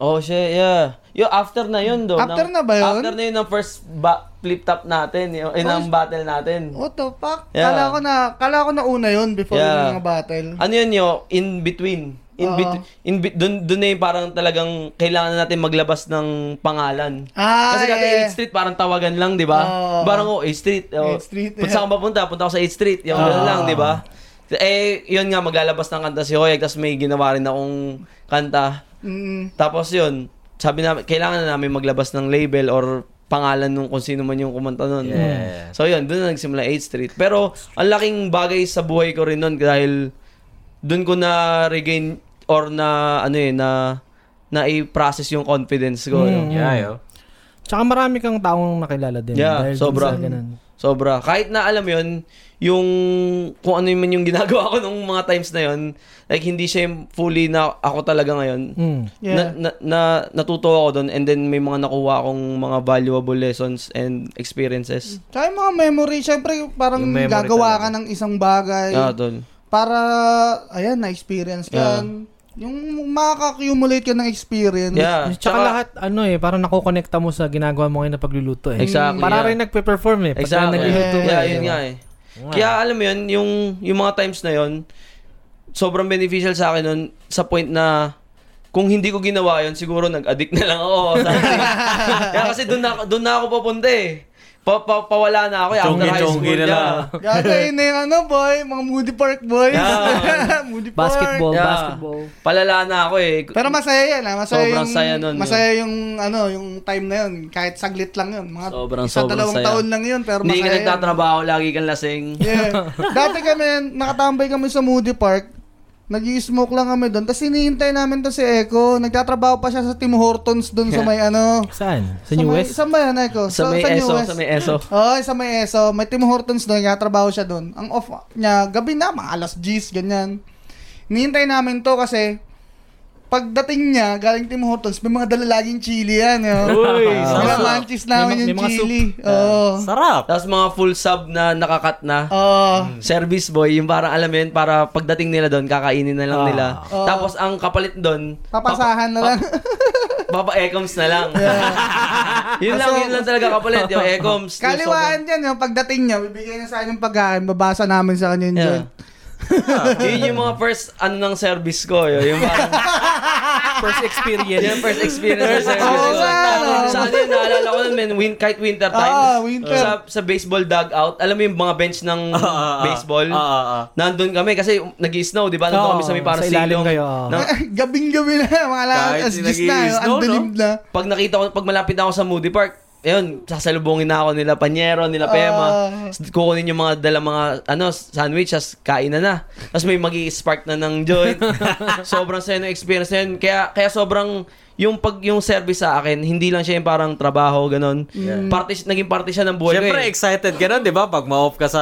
Oh, shit, yeah. Yo, after na yun, do.
After na ba yun?
After na yun ng first ba- flip-top natin, yun, yun ang battle natin.
What the fuck?
Yeah.
Kala ko na, kala ko na una yun before
Yeah.
yung mga battle.
Ano yun, yo? In between. In
Oo.
between. In be- dun, dun na yung parang talagang kailangan na natin maglabas ng pangalan.
Ah,
Kasi
yeah.
dati 8th Street parang tawagan lang, 'di ba?
Oo.
Parang oh, 8th Street. Oh.
8th Street,
Kung
yeah. Ah.
saan ka papunta? Punta ako sa 8th Street. Yung ganun lang, 'di ba? Eh, yun nga maglalabas ng kanta si Hoyek, tapos may ginawa rin akong kanta.
Mm.
Tapos yun, sabi namin, kailangan na namin maglabas ng label or pangalan nung kung sino man yung kumanta nun.
Yeah.
So yun, doon na nagsimula 8th Street. Pero ang laking bagay sa buhay ko rin nun dahil doon ko na regain or na ano eh, na na i-process yung confidence
Mm,
ko. no?
Yeah, yo.
Tsaka marami kang taong nakilala din.
Yeah,
dahil dun
sobra.
Sa ganun.
Sobra. Kahit na alam yon yung kung ano man yung ginagawa ko nung mga times na yon like hindi siya yung fully na ako talaga ngayon.
Mm.
Yeah.
Na, na, na, natuto ako doon and then may mga nakuha akong mga valuable lessons and experiences.
Tsaka yung mga memory, syempre parang
Yung memory
gagawa ka
talaga.
ng isang bagay
Ah, tol.
para, ayan, na-experience ka.
Yeah.
Yung makaka-accumulate ka ng experience.
Yeah.
Tsaka, lahat, ano eh, parang nakokonekta mo sa ginagawa mo ngayon na pagluluto eh.
Exactly,
Para
yeah.
rin nagpe-perform eh. Pagka
Exactly.
nagluluto ka eh,
Yeah, yun
di ba?
nga eh. Kaya alam mo yun, yung, yung mga times na yun, sobrang beneficial sa akin nun sa point na kung hindi ko ginawa yun, siguro nag-addict na lang ako. Something. Kaya kasi doon na, doon na ako papunta eh. Pa, pa, pawala na ako eh. After high
Chongi-chongi
school
na
na.
lang.
Gagawin na yung ano, boy, mga Moody Park boys.
Yeah.
Moody Park.
Basketball,
Yeah.
basketball.
Palala na ako eh.
Pero masaya yan, ha? Masaya
Sobrang
yung,
saya nun, yun.
masaya yung, ano, yung time na yun. Kahit saglit lang yun. Mga
Sobrang,
isa,
sobrang
dalawang
saya.
taon lang yun, pero
hindi ka
masaya yun.
nagtatrabaho, lagi kang lasing.
Yeah. Dati kami, nakatambay kami sa Moody Park. Nag-smoke lang kami doon. Tapos hinihintay namin to si Echo. Nagtatrabaho pa siya sa Tim Hortons doon sa may ano.
Saan? Sa
sa may,
US?
Saan ba yan, Echo?
Sa may
New
ESO,
West.
sa may ESO.
Oo, sa may ESO. May Tim Hortons doon. Nagtatrabaho siya doon. Ang off niya, gabi na, mga alas G's, ganyan. Hinihintay namin to kasi pagdating niya, galing Tim Hortons, may mga dala laging chili yan. Uy,
Oh, sarap.
mga manchis namin yung
May ma- may mga
chili. Oo. Ah.
Sarap.
Tapos mga full sub na nakakat na.
Oo.
Mm. Service boy, yung parang alam mo yun, para pagdating nila doon, kakainin na lang
Ah.
nila.
Oo.
Tapos ang kapalit doon,
Papasahan na lang.
Papa Ecoms na lang. yun lang, yun lang talaga kapalit. Yung Ecoms. yung
Kaliwaan yan, yung pagdating niya, bibigyan niya sa akin ng pagkain, babasa namin sa kanya yung
Yeah.
joint.
sobrang- yun yung mga first, ano ng service ko. Yun, yung parang,
First
yun
experience.
yung first experience ng service
Oo,
ko.
sa ano.
Tapos Sa ano yun, naalala ko nun, man, win, kahit winter times.
Ah, winter.
Sa, sa baseball dugout, alam mo yung mga bench ng
Ah, ah, ah.
baseball?
Ah, ah, ah.
Nandun kami kasi nag-snow, di ba? Nandun
Oo,
kami sa may parang
sa ilalim
silong
kayo, oo.
ng-
Gabing-gabi na, mga alas
Kahit
as gis
nag-i-snow,
na, yung
no?
ang dilim na.
pag nakita ko, pag malapit na ako sa Moody Park, ayun, sasalubungin na ako nila Panyero, nila Pema. S- kukunin yung mga dala mga ano, sandwich, as kain na na. Tapos may magi spark na ng joint. sobrang saya ng experience na yun. Kaya, kaya sobrang yung pag yung service sa akin, hindi lang siya yung parang trabaho, ganun. Parte, naging parte siya ng buhay
Siyempre,
ko eh.
excited ka nun, di ba? Pag ma-off ka sa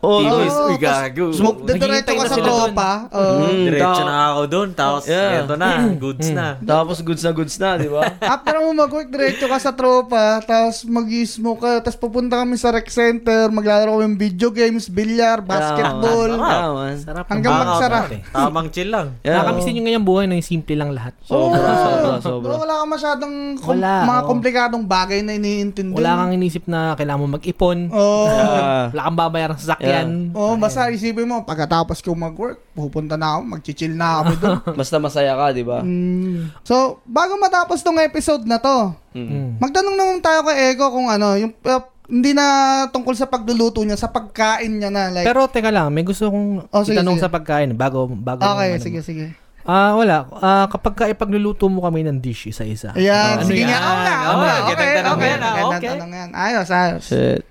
Oo,
oo,
TV, uy,
oh, tas
gago.
Smoke, diretso
Naghihintay
ka
na
sa
sila doon.
tropa. oo.
Mm,
Diretso
ta-
na ako doon, tapos
Yeah.
eto na, goods na.
Tapos goods na goods na, di ba?
After mo Ah, mag-work, diretso ka sa tropa, tapos mag-smoke ka, tapos pupunta kami sa rec center, maglalaro kami ng video games, billiard, basketball,
Yeah, man.
Sarap.
hanggang
Baka-
magsara.
Ah, Tamang chill lang.
Yeah.
Nakakamiss din yung ngayong buhay na yung simple lang lahat.
Oo.
Sobra, sobra, sobra.
Wala ka masyadong kom-
Wala,
mga
oo.
komplikadong bagay na iniintindi.
Wala kang inisip na kailangan mo mag-ipon.
Oo.
Ah.
Wala kang babayaran sa sakyan.
Oo, Oh, basta isipin mo, pagkatapos ko mag-work, pupunta na ako, mag-chill na kami doon.
basta masaya ka, di ba?
Mm. So, bago matapos tong episode na to,
Mm.
magtanong naman tayo kay Ego kung ano, yung uh, hindi na tungkol sa pagluluto niya, sa pagkain niya na. Like,
Pero teka lang, may gusto kong
Oh, sige,
itanong
sige.
sa pagkain bago bago
okay,
ano.
sige, sige.
Ah, wala. Ah, kapag ka ipagluluto mo kami ng dish isa-isa.
Ayan,
ano
sige
yan?
nga. Oo nga, oo
Oo,
nga,
gandang
okay,
tanong
okay,
yan, ah,
gandang
okay.
tanong yan. Ayos, ayos.
Shit.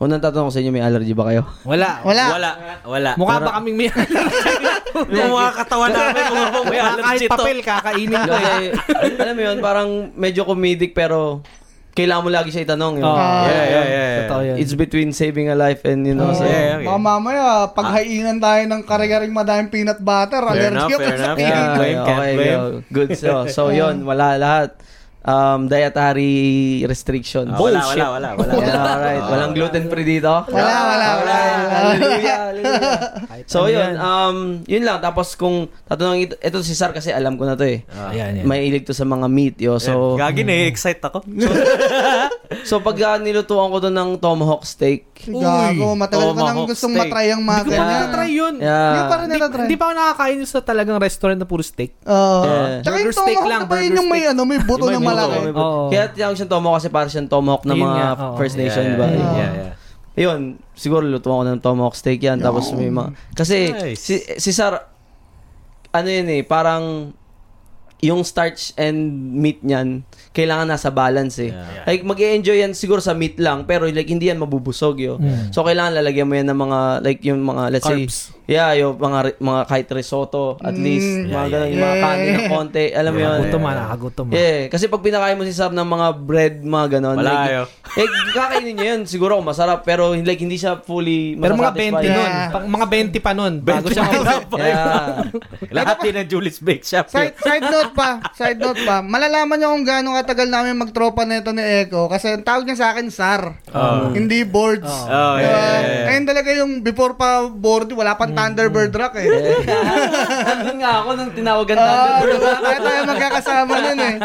Unang tatanong ko sa inyo, may allergy ba kayo?
Wala.
Wala.
Wala, wala.
Mukha ba kaming may
Yung mga katawan namin, mukha pong may
Kahit
allergy to.
eh,
papel, kakainin ko.
Kasi, alam mo yun, parang medyo comedic pero kailangan mo lagi siya itanong. Yun.
Oo.
Ah.
yeah, yeah, yeah.
Totoo yan.
It's between saving a life and, you know,
Oo.
sa
yeah, okay.
Baka Oh, mamaya, paghainan tayo ng karagaring madaming peanut butter,
Fair enough,
allergy ako
fair
sa
enough.
peanut.
Yeah. blame, can't blame.
yo. Good. So, so yun, wala lahat. Um, dietary restriction.
Ah, wala, wala, wala, wala.
Yeah, alright.
Ah.
Walang gluten free dito.
Wala, wala, wala.
Hallelujah, hallelujah.
Kahit ano
So, yun.
yan.
Um, yun lang. Tapos kung tatanungin, ito, ito si Sar kasi alam ko na to eh.
Ah.
Ayan, yan.
May ilig to sa mga meat, yo. So,
Eh,
mm.
Gagi na, excite ako.
so pag ah, nilutuan ko to ng tomahawk steak,
Gago, matagal ko
Oo,
nang
mahok
gustong
steak.
matry ang mga
Hindi ko pa
ganyan.
natatry yun.
Hindi ko
yeah.
pa rin
Hindi,
natatry.
hindi pa ako nakakain sa talagang restaurant na puro steak.
Oo.
Yeah.
Tsaka yung
Burger steak
tomahawk
lang,
na ba yun
burger
yung may,
steak.
ano, may buto
May
na
buto,
malaki?
may buto.
Oo.
Kaya tinawag siyang tomahawk kasi para siyang tomahawk ng
Yun
mga
nga, oo.
First Nation,
yeah,
di ba?
Yeah,
Ah.
yeah, yeah.
Ayun, siguro lutuan ko ng tomahawk steak yan. Tapos may mga... Kasi
Nice.
si, si Sar, ano yun eh, parang yung starch and meat niyan, kailangan nasa balance eh.
Yeah.
Like, mag enjoy yan siguro sa meat lang, pero like, hindi yan mabubusog yo. So, kailangan lalagyan mo yan ng mga, like, yung mga, let's
Carbs.
say, yeah, yung mga, mga kahit risotto, at least, mga
Yeah,
ganun, yung mga
yeah.
kanin ng konti, alam mo yun.
Gutom ah, nakakagutom ah.
Yeah, eh. kasi pag pinakain mo si Sar ng mga bread, mga ganon.
Wala
like,
ayo.
Eh, kakainin niya yun. Siguro kung masarap, pero like, hindi siya fully
Pero mga 20
masasatisfy.
nun.
Yeah.
Pang- Mga 20 pa nun. Bago siya mausap.
Yeah.
Lahat din ng Julie's Bake Shop.
Side, side note pa, side note pa. Malalaman niyo kung gaano katagal namin magtropa nito ni Echo kasi ang tawag niya sa akin sar.
Oh.
Ah.
Hindi boards.
Oh, yeah,
Diba?
yeah, yeah.
Ayun talaga yung before pa board, wala pang Thunderbird Rock eh.
Nandun nga ako nung tinawagan
Ah,
natin.
diba? Kaya tayo magkakasama nun eh.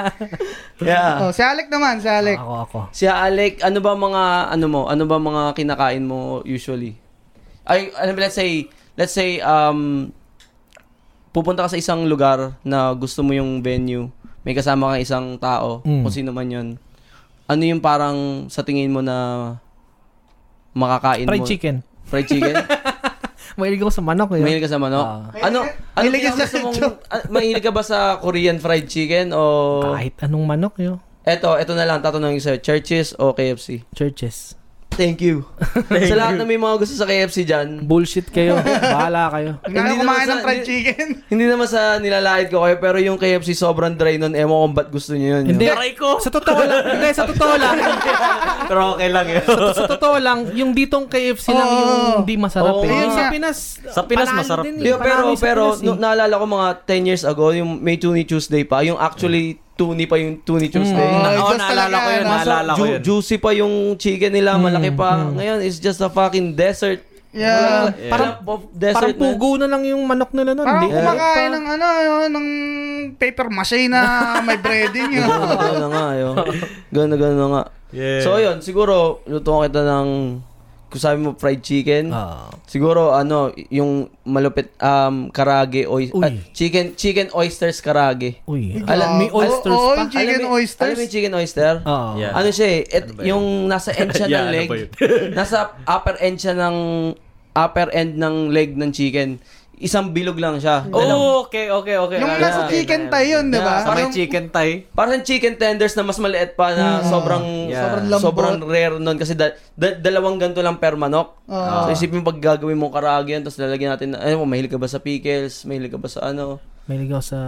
Yeah. Ah.
Oh, si Alec naman, si Alec.
Ako, ako.
Si Alec, ano ba mga, ano mo, ano ba mga kinakain mo usually? Ay, ano ba, let's say, let's say, um, pupunta ka sa isang lugar na gusto mo yung venue, may kasama kang isang tao,
Mm.
kung sino man yun, ano yung parang sa tingin mo na makakain
Fried
mo?
chicken.
Fried chicken?
Mahilig ako sa manok eh.
Mahilig ka sa manok?
Ah.
ano? Ano
Mahilig ka
pinaka
sa
gusto mong,
lechon.
ah, mahilig ka ba sa Korean fried chicken o...
Kahit anong manok eh. yun.
Eto, eto na lang, tatanungin sa'yo, churches o KFC?
Churches.
Thank you. sa lahat na may mga gusto sa KFC dyan,
Bullshit kayo. Bahala kayo.
Hindi
Hindi
na kumain
naman sa-
ng fried chicken.
hindi naman sa nilalait ko kayo, pero yung KFC sobrang dry nun, emo kung ba't gusto nyo yun.
Hindi.
yun.
Aray ko.
Sa totoo lang. Hindi, sa totoo lang.
Pero okay lang yun.
sa totoo lang, yung ditong KFC lang
Oo.
yung hindi masarap. eh.
Oo.
Ayun
Yung sa
nga.
Pinas,
Sa Pinas
panalo
masarap
din eh.
yun.
Yo, pero,
Panalo sa
pero,
Pinas eh.
no, naalala ko mga 10 years ago, yung may Toonie Tuesday pa, yung actually, Toonie pa yung Toonie Tuesday.
Mm.
Oo,
just
naalala
talaga,
ko yun.
no?
Naalala ko
Ju-
yun.
Juicy pa yung chicken nila, malaki pa. Ngayon, it's just a fucking desert.
Yeah.
Wala-
Yeah.
Parang,
Parang
desert na-
pugo na lang yung manok nila nun.
Parang
Hindi-
kumakain
pa-
ng ano, yun, ng paper mache na may breading yun.
Ganun na nga, yo. Ganun na ganun na nga.
Yeah.
So, yun, siguro, lutuan kita ng, kung sabi mo, fried chicken.
Ah.
Siguro, ano, yung malupit, um, karage, oy-
Uy.
ah, chicken, chicken oysters karage.
Uy,
Ikaw.
alam, may
Oo,
oysters
oo, Ah, oh,
pa. Ah.
yung chicken
alam, mo-
oysters.
Alam mo yung chicken oyster?
Oo.
Yeah.
Ano siya eh, et-
Ano ba yun?
yung nasa end siya
Yeah,
ng
ano
leg.
ba yun?
nasa upper end siya ng, upper end ng leg ng chicken. Isang bilog lang siya.
Oh, okay, okay, okay.
Yung
Ah,
nasa
okay,
chicken
okay.
tayo yun, di ba?
Yeah, Sa may
Parang-
chicken thai.
Parang chicken tenders na mas maliit pa na sobrang
Yeah.
Mm-hmm. Sobrang lambot.
sobrang rare nun kasi da- da- dalawang ganto lang per manok.
Ah.
So isipin mo pag gagawin mo karagi yan tapos lalagyan natin na, ano mo mahilig ka ba sa pickles? Mahilig ka ba sa ano?
May ligaw sa...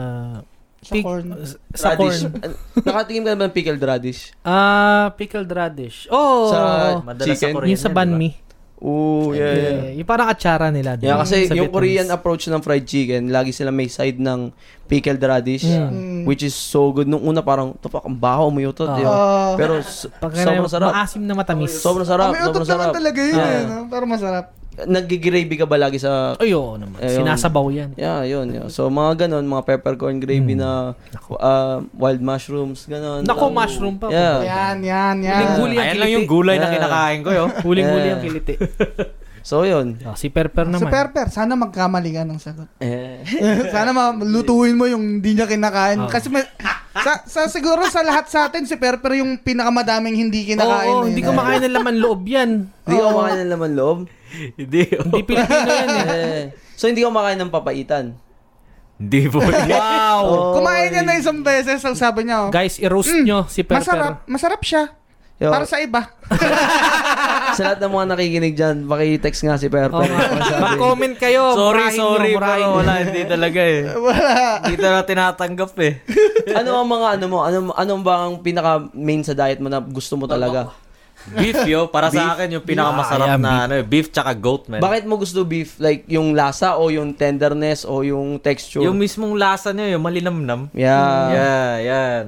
Sa corn.
Sa
radish.
corn.
An- Nakatikim ka na ba ng pickled radish?
Ah, pickled radish. Oh!
Sa
Madalas sa
chicken?
Korean.
yung sa
yan,
banh
di ba?
mi.
Oo, yeah, yeah.
Yeah, Yung parang atsara nila.
Yeah,
dun, Mm, sa
kasi yung
Vietnamese.
Korean ah, approach ng fried chicken, lagi sila may side ng pickled radish,
Mm.
which is so good. Nung una parang, tapak, ang baho, umuyutot. yun."
Ah.
Pero so,
Pagka
sobrang
na-
sarap.
Maasim na matamis.
Sobrang sarap, Ah.
May
sobrang
utot naman
sarap.
talaga yun,
Yeah.
eh, no? pero masarap.
Nagigravy ka ba lagi sa
Ay, oo naman.
Ayun.
Sinasabaw yan.
Yeah, yun, yun. So, mga ganon, mga peppercorn gravy
Mm.
na uh, wild mushrooms, ganon.
Nako,
Oh.
mushroom pa.
Yeah.
Yan, yan, yan.
Huling huli ang
Ah, Ayan lang
kiliti.
yung gulay na
Yeah.
kinakain ko, yo.
Huling-huli
Yeah.
ang kiliti.
So, yun.
Ah, si Perper
Si
naman.
Perper, sana magkamali ka ng sagot.
Eh,
sana malutuin mo yung hindi niya kinakain.
Ah.
Kasi may- sa, sa, siguro sa lahat sa atin, si Perper yung pinakamadaming hindi kinakain. eh,
Oo, hindi
no?
kumakain ng laman loob yan.
hindi ka
Oh.
kumakain ng laman loob.
Hindi, oh.
Hindi Pilipino yan eh.
Eh, so, hindi ka kumakain ng papaitan. Oh.
Hindi po.
Wow!
Kumain niya na isang beses, ang sabi niya, oh,
Guys, i-roast nyo si Perper.
masarap, masarap siya.
Yo,
Para sa iba.
sa lahat ng mga nakikinig dyan, paki-text nga si Perper.
Oo nga. Mag-comment kayo.
Sorry,
murahin nyo,
sorry,
murahin
pero
nyo.
wala, hindi talaga eh.
Wala.
Hindi talaga tinatanggap eh.
ano ang mga ano mo? Ano anong ba ang pinaka main sa diet mo na gusto mo
Ano
talaga?
Beef, yo. Para sa akin, yung pinakamasarap
Ah, yeah,
na ano, eh, beef tsaka goat, man.
Bakit mo gusto beef? Like yung lasa o yung tenderness o yung texture?
Yung mismong lasa niya, yung malinamnam.
yeah.
Yeah, yan.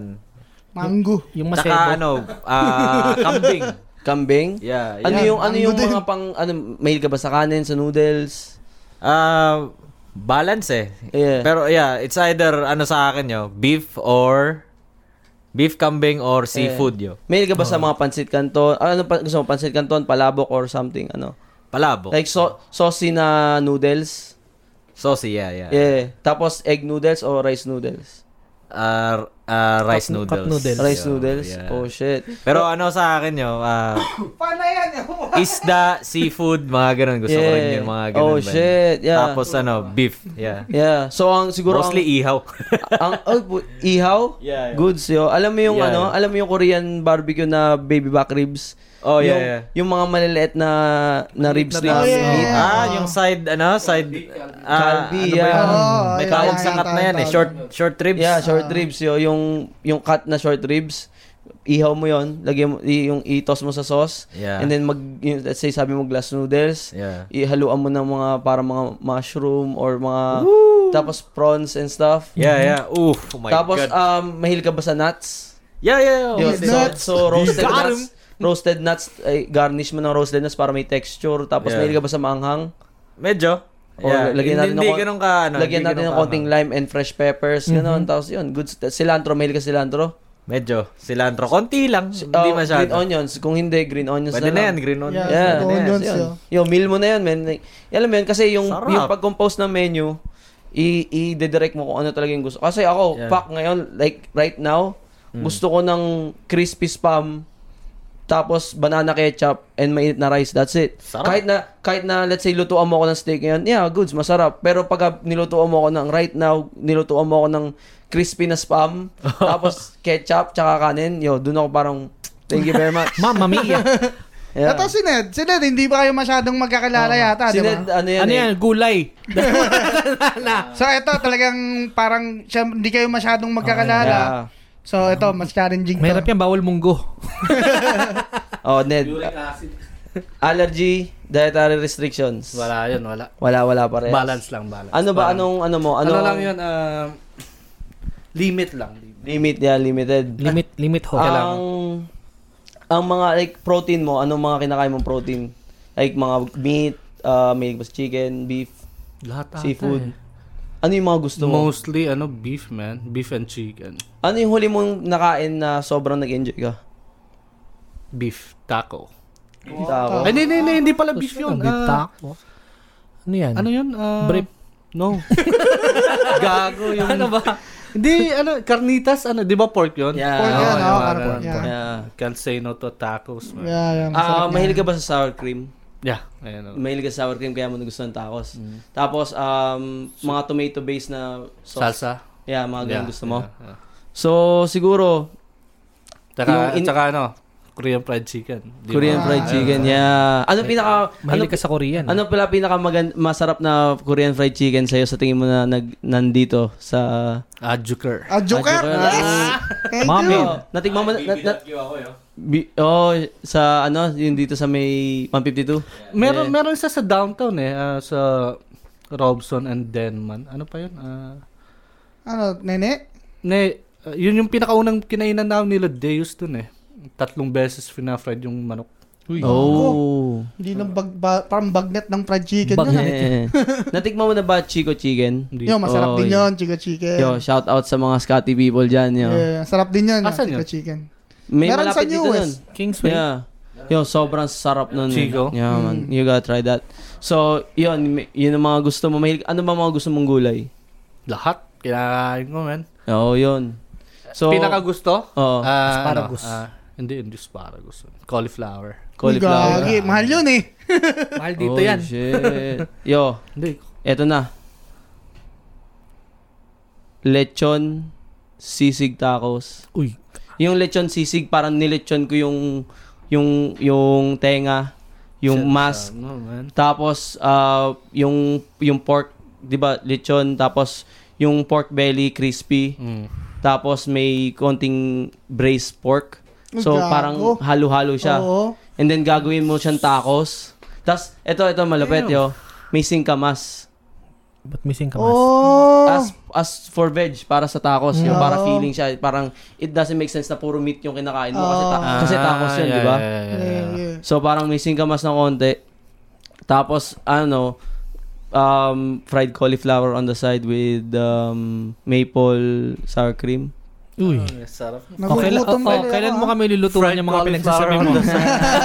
Mango.
Yung
Tsaka
masebo.
ano, ah, kambing.
Kambing?
Yeah,
Ano
yeah.
yung ano
Mango
yung
din.
mga pang ano mail ka ba sa kanin, sa noodles?
Ah, balance eh.
Yeah.
Pero yeah, it's either ano sa akin yo, beef or beef kambing or seafood yo.
Mail ka ba sa mga pansit canton? Ah, Ano pa, gusto mo pansit canton, palabok or something ano?
Palabok.
Like so saucy na noodles?
Saucy, yeah, yeah.
Yeah. Tapos egg noodles o rice noodles?
Ah, ah, rice
Cup- cup
noodles.
noodles.
Rice
Yo,
noodles?
yeah.
Oh shit.
Pero ano sa akin yo, ah,
Paano yan?
isda, seafood, mga ganun. Gusto ko rin
Yeah.
yung mga ganun.
Oh,
man.
shit, yeah.
Tapos ano, beef. Yeah.
Yeah. So ang siguro ang-
Mostly ihaw.
ang oh, bu- ihaw?
Yeah, yeah.
Goods yo. Alam mo yung
Yeah,
ano?
yeah.
Alam mo yung Korean barbecue na baby back ribs?
Oh, yeah,
yung,
yeah.
Yung mga maliliit na na ribs
ribs. Oh,
na
na
yeah,
meat.
yeah.
ah, yung side, ano, side, ah,
Kalbi,
ano ba
yeah.
yun?
Oo,
May
yeah,
tawag
yeah,
sa cut na yan eh,
tawag-
short, short ribs.
Yeah, short
Ah.
ribs yo. Yung yung cut na short ribs. Ihaw mo yon, lagyan mo i- yung itos mo sa sauce.
Yeah.
And then mag yung- let's say sabi mo glass noodles.
Yeah.
Ihaluan mo ng mga para mga mushroom or mga tapos prawns and stuff.
Yeah, yeah. Oof, oh my
tapos
God.
um mahil ka ba sa nuts?
yeah, yeah, yeah.
Yun,
Roasted
so,
nuts.
so roasted
Garam.
nuts. Roasted nuts, ay, garnish mo ng roasted nuts para may texture. Tapos
Yeah.
mahilig ka ba sa maanghang?
Medyo.
O,
Yeah.
Oh, lagyan natin
hindi,
ng kon-
ganun ka, ano,
Lagyan
hindi
natin
ganun
ng
ka,
konting
ano.
lime and fresh peppers. Ganon. Tapos yun, good. st- Cilantro, mahilig ka cilantro?
Medyo. Cilantro. Konti lang. hindi
Oh,
masyado.
Green onions. Kung hindi, green onions
Pwede na
na
yan,
lang.
green onion.
Yeah,
Yeah.
Green onions,
Yes, yun. Yo, meal mo na yun, man. Like, alam mo yun, kasi yung,
Sarap.
yung pag-compose ng menu, i- i-direct mo kung ano talaga yung gusto. Kasi ako,
Yeah.
pak ngayon, like right now, gusto ko ng crispy spam, tapos banana ketchup, and mainit na rice. That's it.
Sarap.
Kahit na, kahit na, let's say, lutuan mo ako ng steak ngayon, yeah, goods, masarap. Pero pag nilutuan mo ako ng right now, nilutuan mo ako ng crispy na spam, tapos ketchup, tsaka kanin, yo, dun ako parang, thank you very much.
Mamma mia.
Yeah.
Ito si Ned. Si Ned, hindi ba kayo masyadong magkakilala yata,
Si
diba?
di ba?
Ned, ano yan,
ano
eh?
yan? Gulay.
So ito talagang parang siya, hindi kayo masyadong
Yeah.
magkakilala. So ito, mas challenging
Mahirap
to.
yan, bawal munggo.
Oh, Ned.
Uric acid.
Allergy, dietary restrictions.
Wala yun, wala.
Wala, wala pa rin.
Balance lang, balance.
Ano ba,
Parang-
anong, ano mo?
Ano,
Ano,
lang yun, um, limit lang. limit.
Limit, yeah, limited.
Limit, limit ho.
Ah. ang, ang mga, like, protein mo, anong mga kinakain mong protein? Like, mga meat, uh, may mas chicken, beef,
Lahat ata
seafood.
eh.
Ano yung mga gusto mo?
Mostly, ano, beef, man. Beef and chicken.
Ano yung huli mong nakain na sobrang nag-enjoy ka?
Beef taco.
Tao.
Ay, Ah, hindi, hindi, hindi, hindi pala beef yun.
Big
Ah,
taco. Ano yan?
ano yun? Ah,
Brief.
No. Gago yung...
Ano ba?
Hindi, ano, carnitas, ano, di ba pork yun?
Yeah.
Ah,
Pork
Oo,
yan, oo,
yung mga
parang pork
ganun.
yan.
Yeah.
Can't say no to tacos, man.
Yeah, yeah, masarap
Ah, mahilig
yan.
ka ba sa sour cream?
Yeah, ayan, Mm-hmm. ano.
Mahilig ka sa sour cream kaya mo nagustuhan tacos. Tapos, um, mga tomato-based na sauce.
Salsa.
Yeah, mga ganun gusto mo.
yeah, yeah.
So, siguro,
Tsaka,
Yung in-
tsaka ano, Korean fried chicken. Di
Korean
ba? Ah,
fried chicken, yeah. Ano pinaka, ano,
Mahilig ka sa Korean.
ano pala pinaka magan- masarap na Korean fried chicken sa'yo sa tingin mo na nag, nandito sa...
Ah, juker.
Ah, Joker!
Joker.
Yes! Thank
Mami.
you!
Oh, natikman mo na, na, na- bi- oh, sa ano, yun dito sa may 152.
Meron, meron isa sa downtown eh, ah, sa Robson and Denman. Ano pa yun? Ah,
Ano, nene?
ne, ah, yun yung pinakaunang kinainan namin nila Deus dun eh. Tatlong beses fina-fried yung manok.
Oh.
Hindi lang bag, ba- parang bagnet ng fried chicken.
Bagnet.
Bagnet.
Yeah. natikman mo na ba Chico Chicken?
Hindi.
Yo, masarap
Oh,
din
yeah.
yun, chica chicken.
Yo, shout out sa mga Scotty people dyan, yo.
Yeah, sarap din yun,
Asan
chica
yun?
chicken.
May
Meron sa
malapit dito
US.
nun.
Kingsway.
Yeah. Yo, sobrang sarap nun. eh.
Chico?
Yeah, man.
Mm.
You gotta try that. So, yun, may- yun ang mga gusto mo. Mahilig, ano ba mga gusto mong gulay?
Lahat. Kinakain ko, man.
Oo, yun. So, oh,
Pinaka gusto?
Oo.
oh, asparagus. ano? Ah, hindi, hindi asparagus. Cauliflower.
cauliflower.
Gagi, mahal yun eh.
Mahal dito
Oh,
yan.
shit. Yo,
Hindi.
eto na. Lechon, sisig tacos.
Uy.
Yung lechon sisig, parang nilechon ko yung yung yung tenga, yung mask.
No, Ano, man.
Tapos ah, yung yung pork, 'di ba, lechon tapos yung pork belly crispy. Tapos may konting braised pork. So
Gago.
parang halo-halo siya.
Oo.
And then gagawin mo siyang tacos. Tapos eto eto malapit yo. May singkamas.
Ba't missing ka mas?
Oh.
As as for veg para sa tacos, yung
Oo.
para feeling siya, parang it doesn't make sense na puro meat yung kinakain mo kasi ta-
Oh.
kasi tacos
Ah,
'yun,
yeah,
'di ba?
yeah, yeah, yeah.
So parang may singkamas na konti. Tapos ano, um, fried cauliflower on the side with um, maple sour cream.
Uy.
Ay, sarap.
Okay, oh,
Nagugutom tuloy ako,
kailan mo
ah.
kami lulutuan yung mga pinagsasabi mo?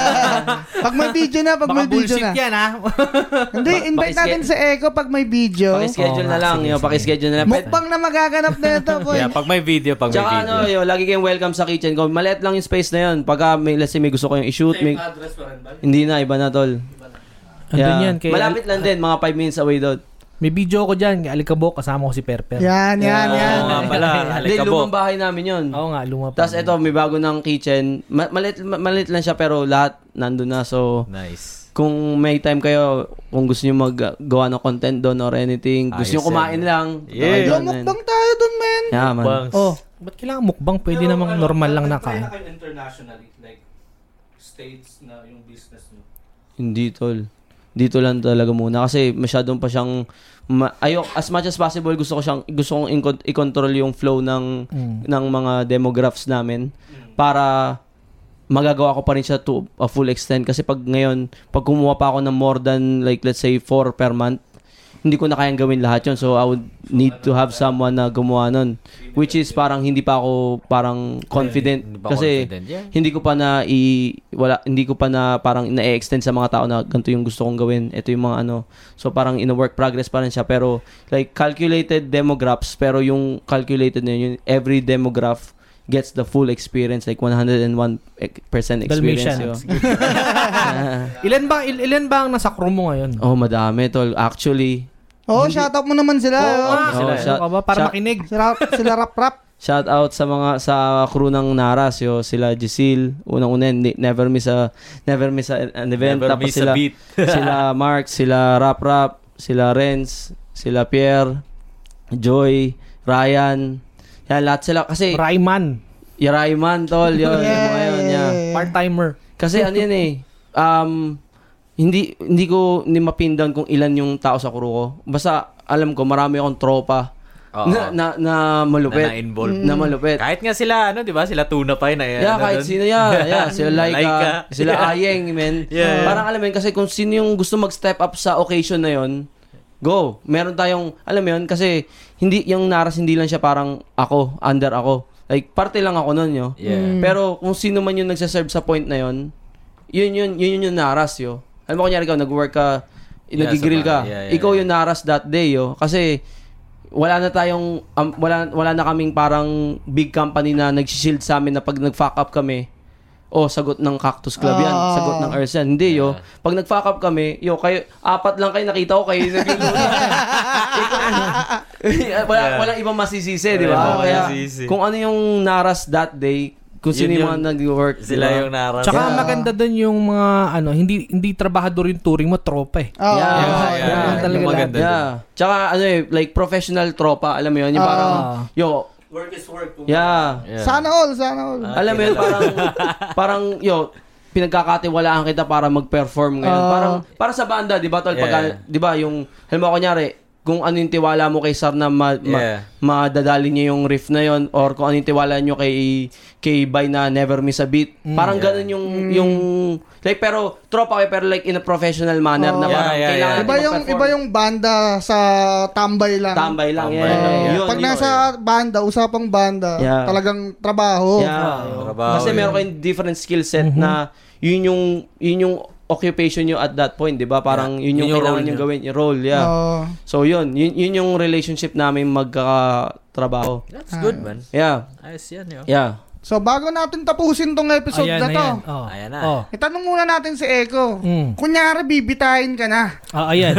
Pag may video na, pag may
Baka
video na.
bullshit yan,
ah.
ha?
Hindi, invite
Baka
natin si Eko pag may video.
Paki-schedule
Oo
na
nga,
lang,
sige,
yo,
sige.
paki-schedule na lang.
Mukbang na magaganap na ito, boy.
Yeah, pag may video, pag may
Tsaka
video.
ano, yo, lagi kayong welcome sa kitchen ko. Maliit lang yung space na yun. Pagka may, let's say, may gusto kayong i-shoot. May, hindi na, iba na tol.
Andun yan. Kay
Malapit lang din, mga 5 minutes away doon.
May video ko dyan. Kay Alikabok, kasama ko si Perper.
Yan, yan, yan.
Oo nga pala,
Hindi,
halikabok.
lumang bahay namin yun.
Oo
Oh.
nga, luma pa.
Tapos ito, may bago ng kitchen. Ma- malit, malit lang siya pero lahat nandun na. So,
Nice.
kung may time kayo, kung gusto nyo maggawa ng content doon or anything, gusto
Ayos
nyo kumain
yan.
lang.
Yeah.
okay,
Yo,
doon,
mukbang tayo dun, men.
man. Yeah, man.
Bangs.
Oh, ba't kailangan mukbang? Pwede
Pero,
namang
ano,
normal lang na
try
kain.
kayo internationally, like states na yung business nyo.
Hindi, tol. Dito lang talaga muna kasi masyadong pa siyang ma- ayo as much as possible gusto ko siyang gusto kong inco- i-control yung flow ng ng mga demographs namin para magagawa ko pa rin siya to a full extent kasi pag ngayon pag kumuha pa ako ng more than like let's say 4 per month hindi ko na kayang gawin lahat yon so I would need to have someone na gumawa nun which is parang hindi pa ako parang confident
Hindi ba
kasi
confident? Yeah.
hindi ko pa na i wala hindi ko pa na parang na-extend sa mga tao na ganito yung gusto kong gawin. Ito yung mga ano. So parang in a work progress pa rin siya pero like calculated demographs pero yung calculated na yun, yung every demograph gets the full experience like 101% experience.
Dalmatian.
Yo.
Ilan ba, il- ilan ba ang nasa crew mo ngayon?
oh, madami tol. Actually,
Oo, shout out Oh, mo naman sila. oh.
Oo,
yo.
ah,
Oh,
sila.
ano ka ba? Para
Siya-
makinig.
Sila, sila rap-rap.
Shout out sa mga sa crew ng Naras yo sila Jisil unang-una hindi- never miss a never miss a, an event
Never
tapos
miss a
sila
beat.
sila Mark sila Rap Rap sila Renz sila Pierre Joy Ryan yan lahat sila kasi
Rayman,
Yarayman tol yun yung mga yun yeah.
part-timer.
kasi ano yun eh um, hindi hindi ko ni mapin down kung ilan yung tao sa crew ko basta alam ko marami akong tropa
Oo.
na, na na malupit
Na na-involve.
na malupit
Kahit nga sila, ano, di ba? Sila tuna pa yun. Ay,
Yeah,
ano
kahit
dun.
sino yeah, yeah. Sila Laika,
Laika.
sila
Yeah.
Ayeng, man.
Yeah, yeah.
Parang alam mo yun, kasi kung sino yung gusto mag-step up sa occasion na yon, go. Meron tayong, alam mo yun, kasi hindi, yung naras hindi lang siya parang ako, under ako. Like, parte lang ako nun, yo.
Yeah.
Pero kung sino man yung nagsaserve sa point na yon, yun yun, yun yun yung naras, yo. Alam mo, kunyari ka, nag-work ka,
Yeah,
nag-grill
sa
ka.
bahay. Yeah, yeah,
Ikaw
yeah.
yung naras that day, yo. Kasi, wala na tayong, um, wala, wala na kaming parang big company na nag-shield sa amin na pag nag-fuck up kami, oh, sagot ng Cactus Club yan,
Ah.
sagot ng Earth yan. Hindi, yo. Pag nag-fuck up kami, yo, kayo, apat lang kayo, nakita ko kayo yung nagluluto. wala, wala ibang masisisi, di
Wala
ba?
ibang
Kaya,
masisisi.
kung ano yung naras that day, kung
Yun
sino yung mga
yun.
nag-work. di
Sila
ba?
yung naras.
Tsaka maganda doon yung mga ano, hindi hindi trabahador yung touring mo, tropa eh.
Oo,
Yeah,
oo,
yeah, yeah.
yun.
Yung
talaga
maganda
Yeah.
dun.
Tsaka ano eh, like professional tropa, alam mo yun, yung parang,
Ah.
yo,
Work is work.
yeah.
Yeah.
Sana all, sana all.
Alam mo yun, parang, parang, yo, pinagkakatiwalaan kita para mag-perform ngayon.
Ah.
parang, para sa banda, di ba, tol?
Yeah.
Pagka, di ba, yung, alam mo, kunyari, kung ano yung tiwala mo kay Sar na ma, ma-
Yeah.
madadali niya yung riff na yon or kung ano yung tiwala niyo kay kay Bay na never miss a beat.
Mm.
Parang ganun yung
Mm.
yung like pero tropa kayo pero like in a professional manner na
Oh. Yeah,
parang
yeah,
kailangan
yeah.
natin
Iba yung
mag-perform.
iba yung banda sa tambay lang.
Tambay lang.
Tambay
yeah,
Oo,
lang,
yeah, yeah.
pag
Yun,
nasa banda, usapang banda,
Yeah.
talagang trabaho.
Yeah.
Trabaho
Kasi
yun.
meron kayong different skill set na yun yung yun yung occupation nyo at that point, 'di ba? Parang
Yeah.
yun yung,
Yun yung
kailangan
role
nyo
nyo.
gawin, yung role, yeah.
Oo.
So yun, yun, yun yung relationship namin magkakatrabaho.
That's good, man.
Yeah.
Ayos yan, yo.
Yeah.
So bago natin tapusin tong episode na to,
ayan. Oh.
Ayan na.
Oh.
itanong muna natin si Eko.
Mm.
Kunyari bibitayin ka na.
Ah, ayan.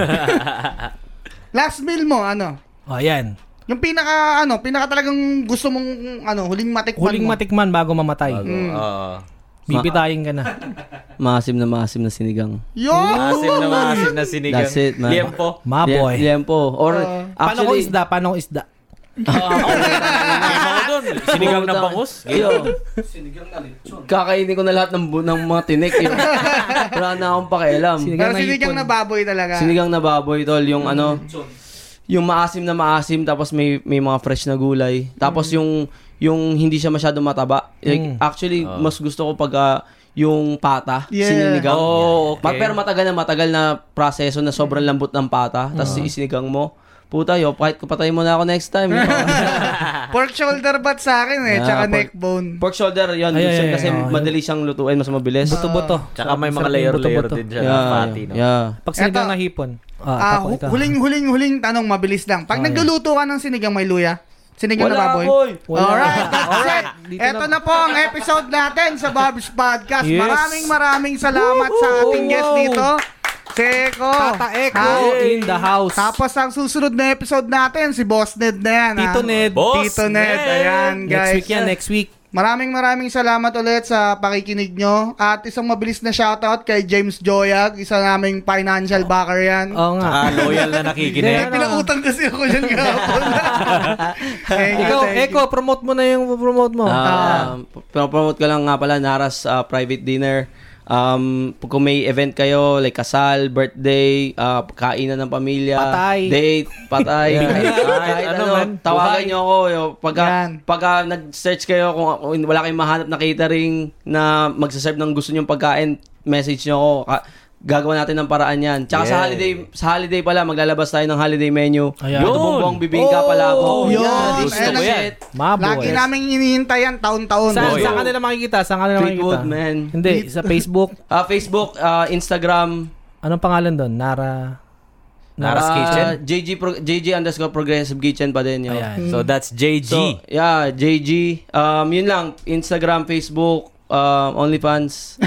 Last meal mo ano?
oh, ayan.
Yung pinaka, ano, pinaka talagang gusto mong, ano, huling matikman
Huling
mo.
matikman bago mamatay.
Bago, oo.
Bibitayin ka na.
Masim na masim na sinigang.
Yun!
Maasim na maasim na sinigang.
That's it, man.
Liempo.
Maboy.
Liem- Liempo. Or,
Paano ko
actually,
isda? Paano ko isda?
Liempo ko dun. Sinigang na bangus.
Yo. Kakainin ko na lahat ng, bu- ng mga tinik. Yun. Wala na akong pakialam.
Pero sinigang na baboy talaga.
Sinigang na baboy, tol. Yung ano, yung maasim na maasim, tapos may, may mga fresh na gulay. Tapos yung yung hindi siya masyado mataba. Like, Actually, mas gusto ko pag ah, yung pata,
Yeah.
sininigang.
Oh, okay.
Ma- Pero matagal na matagal na proseso na sobrang lambot ng pata, tapos isinigang mo. Puta, yo, kahit kapatay mo na ako next time.
Pork shoulder bat sa akin eh,
Ah,
tsaka
pork-
neck bone.
Pork shoulder, yun.
Ay, ay,
siya-
ay,
kasi
ay, ay.
madali siyang lutuin, mas mabilis.
Buto-buto.
Tsaka may
Sarap
mga
yung
layer-layer
buto-buto.
din siya.
Yeah,
Fatty, no?
yeah.
Pag sinigang
Eto.
na hipon.
Ah,
tapo
hu-
ikaw.
huling huling huling tanong mabilis lang. Pag nagluluto ka ng sinigang may luya, sinigang na
Wala,
baboy.
boy.
Wala.
Alright, that's
Alright,
it.
dito
Ito na po ang episode natin sa Barb's Podcast.
Yes.
Maraming maraming salamat sa ating guest dito. Seko.
Tata Echo in the house.
Tapos ang susunod na episode natin, si Boss Ned na yan. ah.
Tito Ned.
Boss
Tito Ned.
Ned.
Ayan,
Next
guys.
week yan, eh. next week.
Maraming maraming salamat ulit sa pakikinig nyo. At isang mabilis na shoutout kay James Joyag, isa naming financial backer yan.
Oo nga.
Tsaka Ah, loyal na
Eh,
nakikinig.
Hindi,
pinautang kasi ako yan kahapon. thank you,
Ikaw,
thank you.
Echo, promote mo na yung promote mo.
Ah, promote ko lang nga pala Naras ah, private dinner. Um, kung may event kayo, like kasal, birthday, ah, kainan ng pamilya,
Patay.
date, patay, kahit, kahit
Ano
ano,
man,
tawagan
buhay.
nyo ako. Yo, pagka,
Yan.
pagka nag-search kayo, kung, kung wala kayong mahanap na catering na magsaserve ng gusto nyong pagkain, message nyo ako. Ka- gagawa natin ng paraan yan. Tsaka sa
Yeah.
holiday, sa holiday pala, maglalabas tayo ng holiday menu.
Ayan.
Ito bumbong bibingka pala ako.
Oh,
yun.
Gusto
Ayan
ko
ang-
yan.
Maboy.
Lagi namin hinihintay yan taon-taon.
ah, Saan,
Boy.
saan ka nila makikita? Saan ka nila
Fleetwood,
makikita?
man.
Hindi, sa Facebook.
Ah, Facebook, ah, Instagram,
Anong pangalan doon? Nara...
Naras
ah,
Kitchen.
JG, pro- JG underscore progressive kitchen pa din yun.
Ayan.
So that's JG.
So, yeah, JG. Um, yun lang, Instagram, Facebook, um, OnlyFans.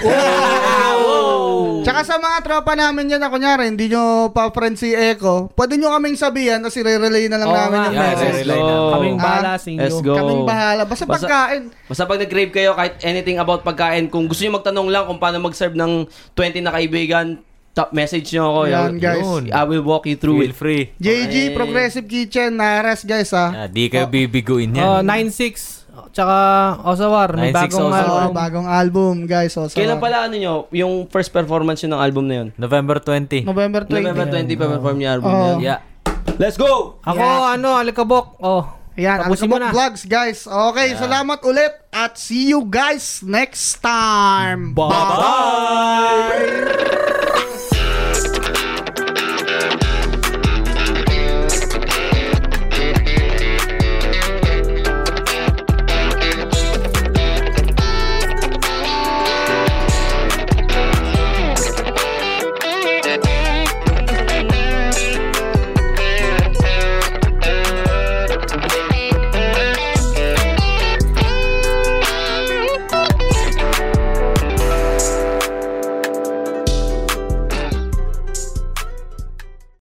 Tsaka sa mga tropa namin yan, na kunyari, hindi nyo pa-friend si Echo, pwede nyo kaming sabihan, tapos i-relay na lang
Oo
namin
nga.
yung
Yeah,
message.
i-relay.
Kaming
Ah,
bala sa inyo.
let's go.
Kaming bahala. Basta,
Basta-
pagkain.
Basta pag nag-crave kayo, kahit anything about pagkain, kung gusto nyo magtanong lang kung paano mag-serve ng 20 na kaibigan, top message nyo
Oh,
ako.
Yan,
Yo-
guys.
Yun. I will walk you
Feel
through it.
free.
JG Progressive Kitchen, Naras guys ha.
Ah, di kayo bibiguin
Oh,
yan.
9-6. Tsaka Osawar. May
9-6
bagong
Osawar.
Oh,
album.
bagong album guys. Oh, So, sa-
Kailan pala ano nyo, yung first performance yun ng album na yun?
November 20.
November 20.
November 20 pa perform niya album na
Oo.
yun.
Yeah.
Let's go!
Ako, ano, Alikabok. Oh.
Yan, ang
Tapusin mo na.
ano vlogs guys. Okay, salamat ulit at see you guys next time.
Bye-bye.
Bye-bye.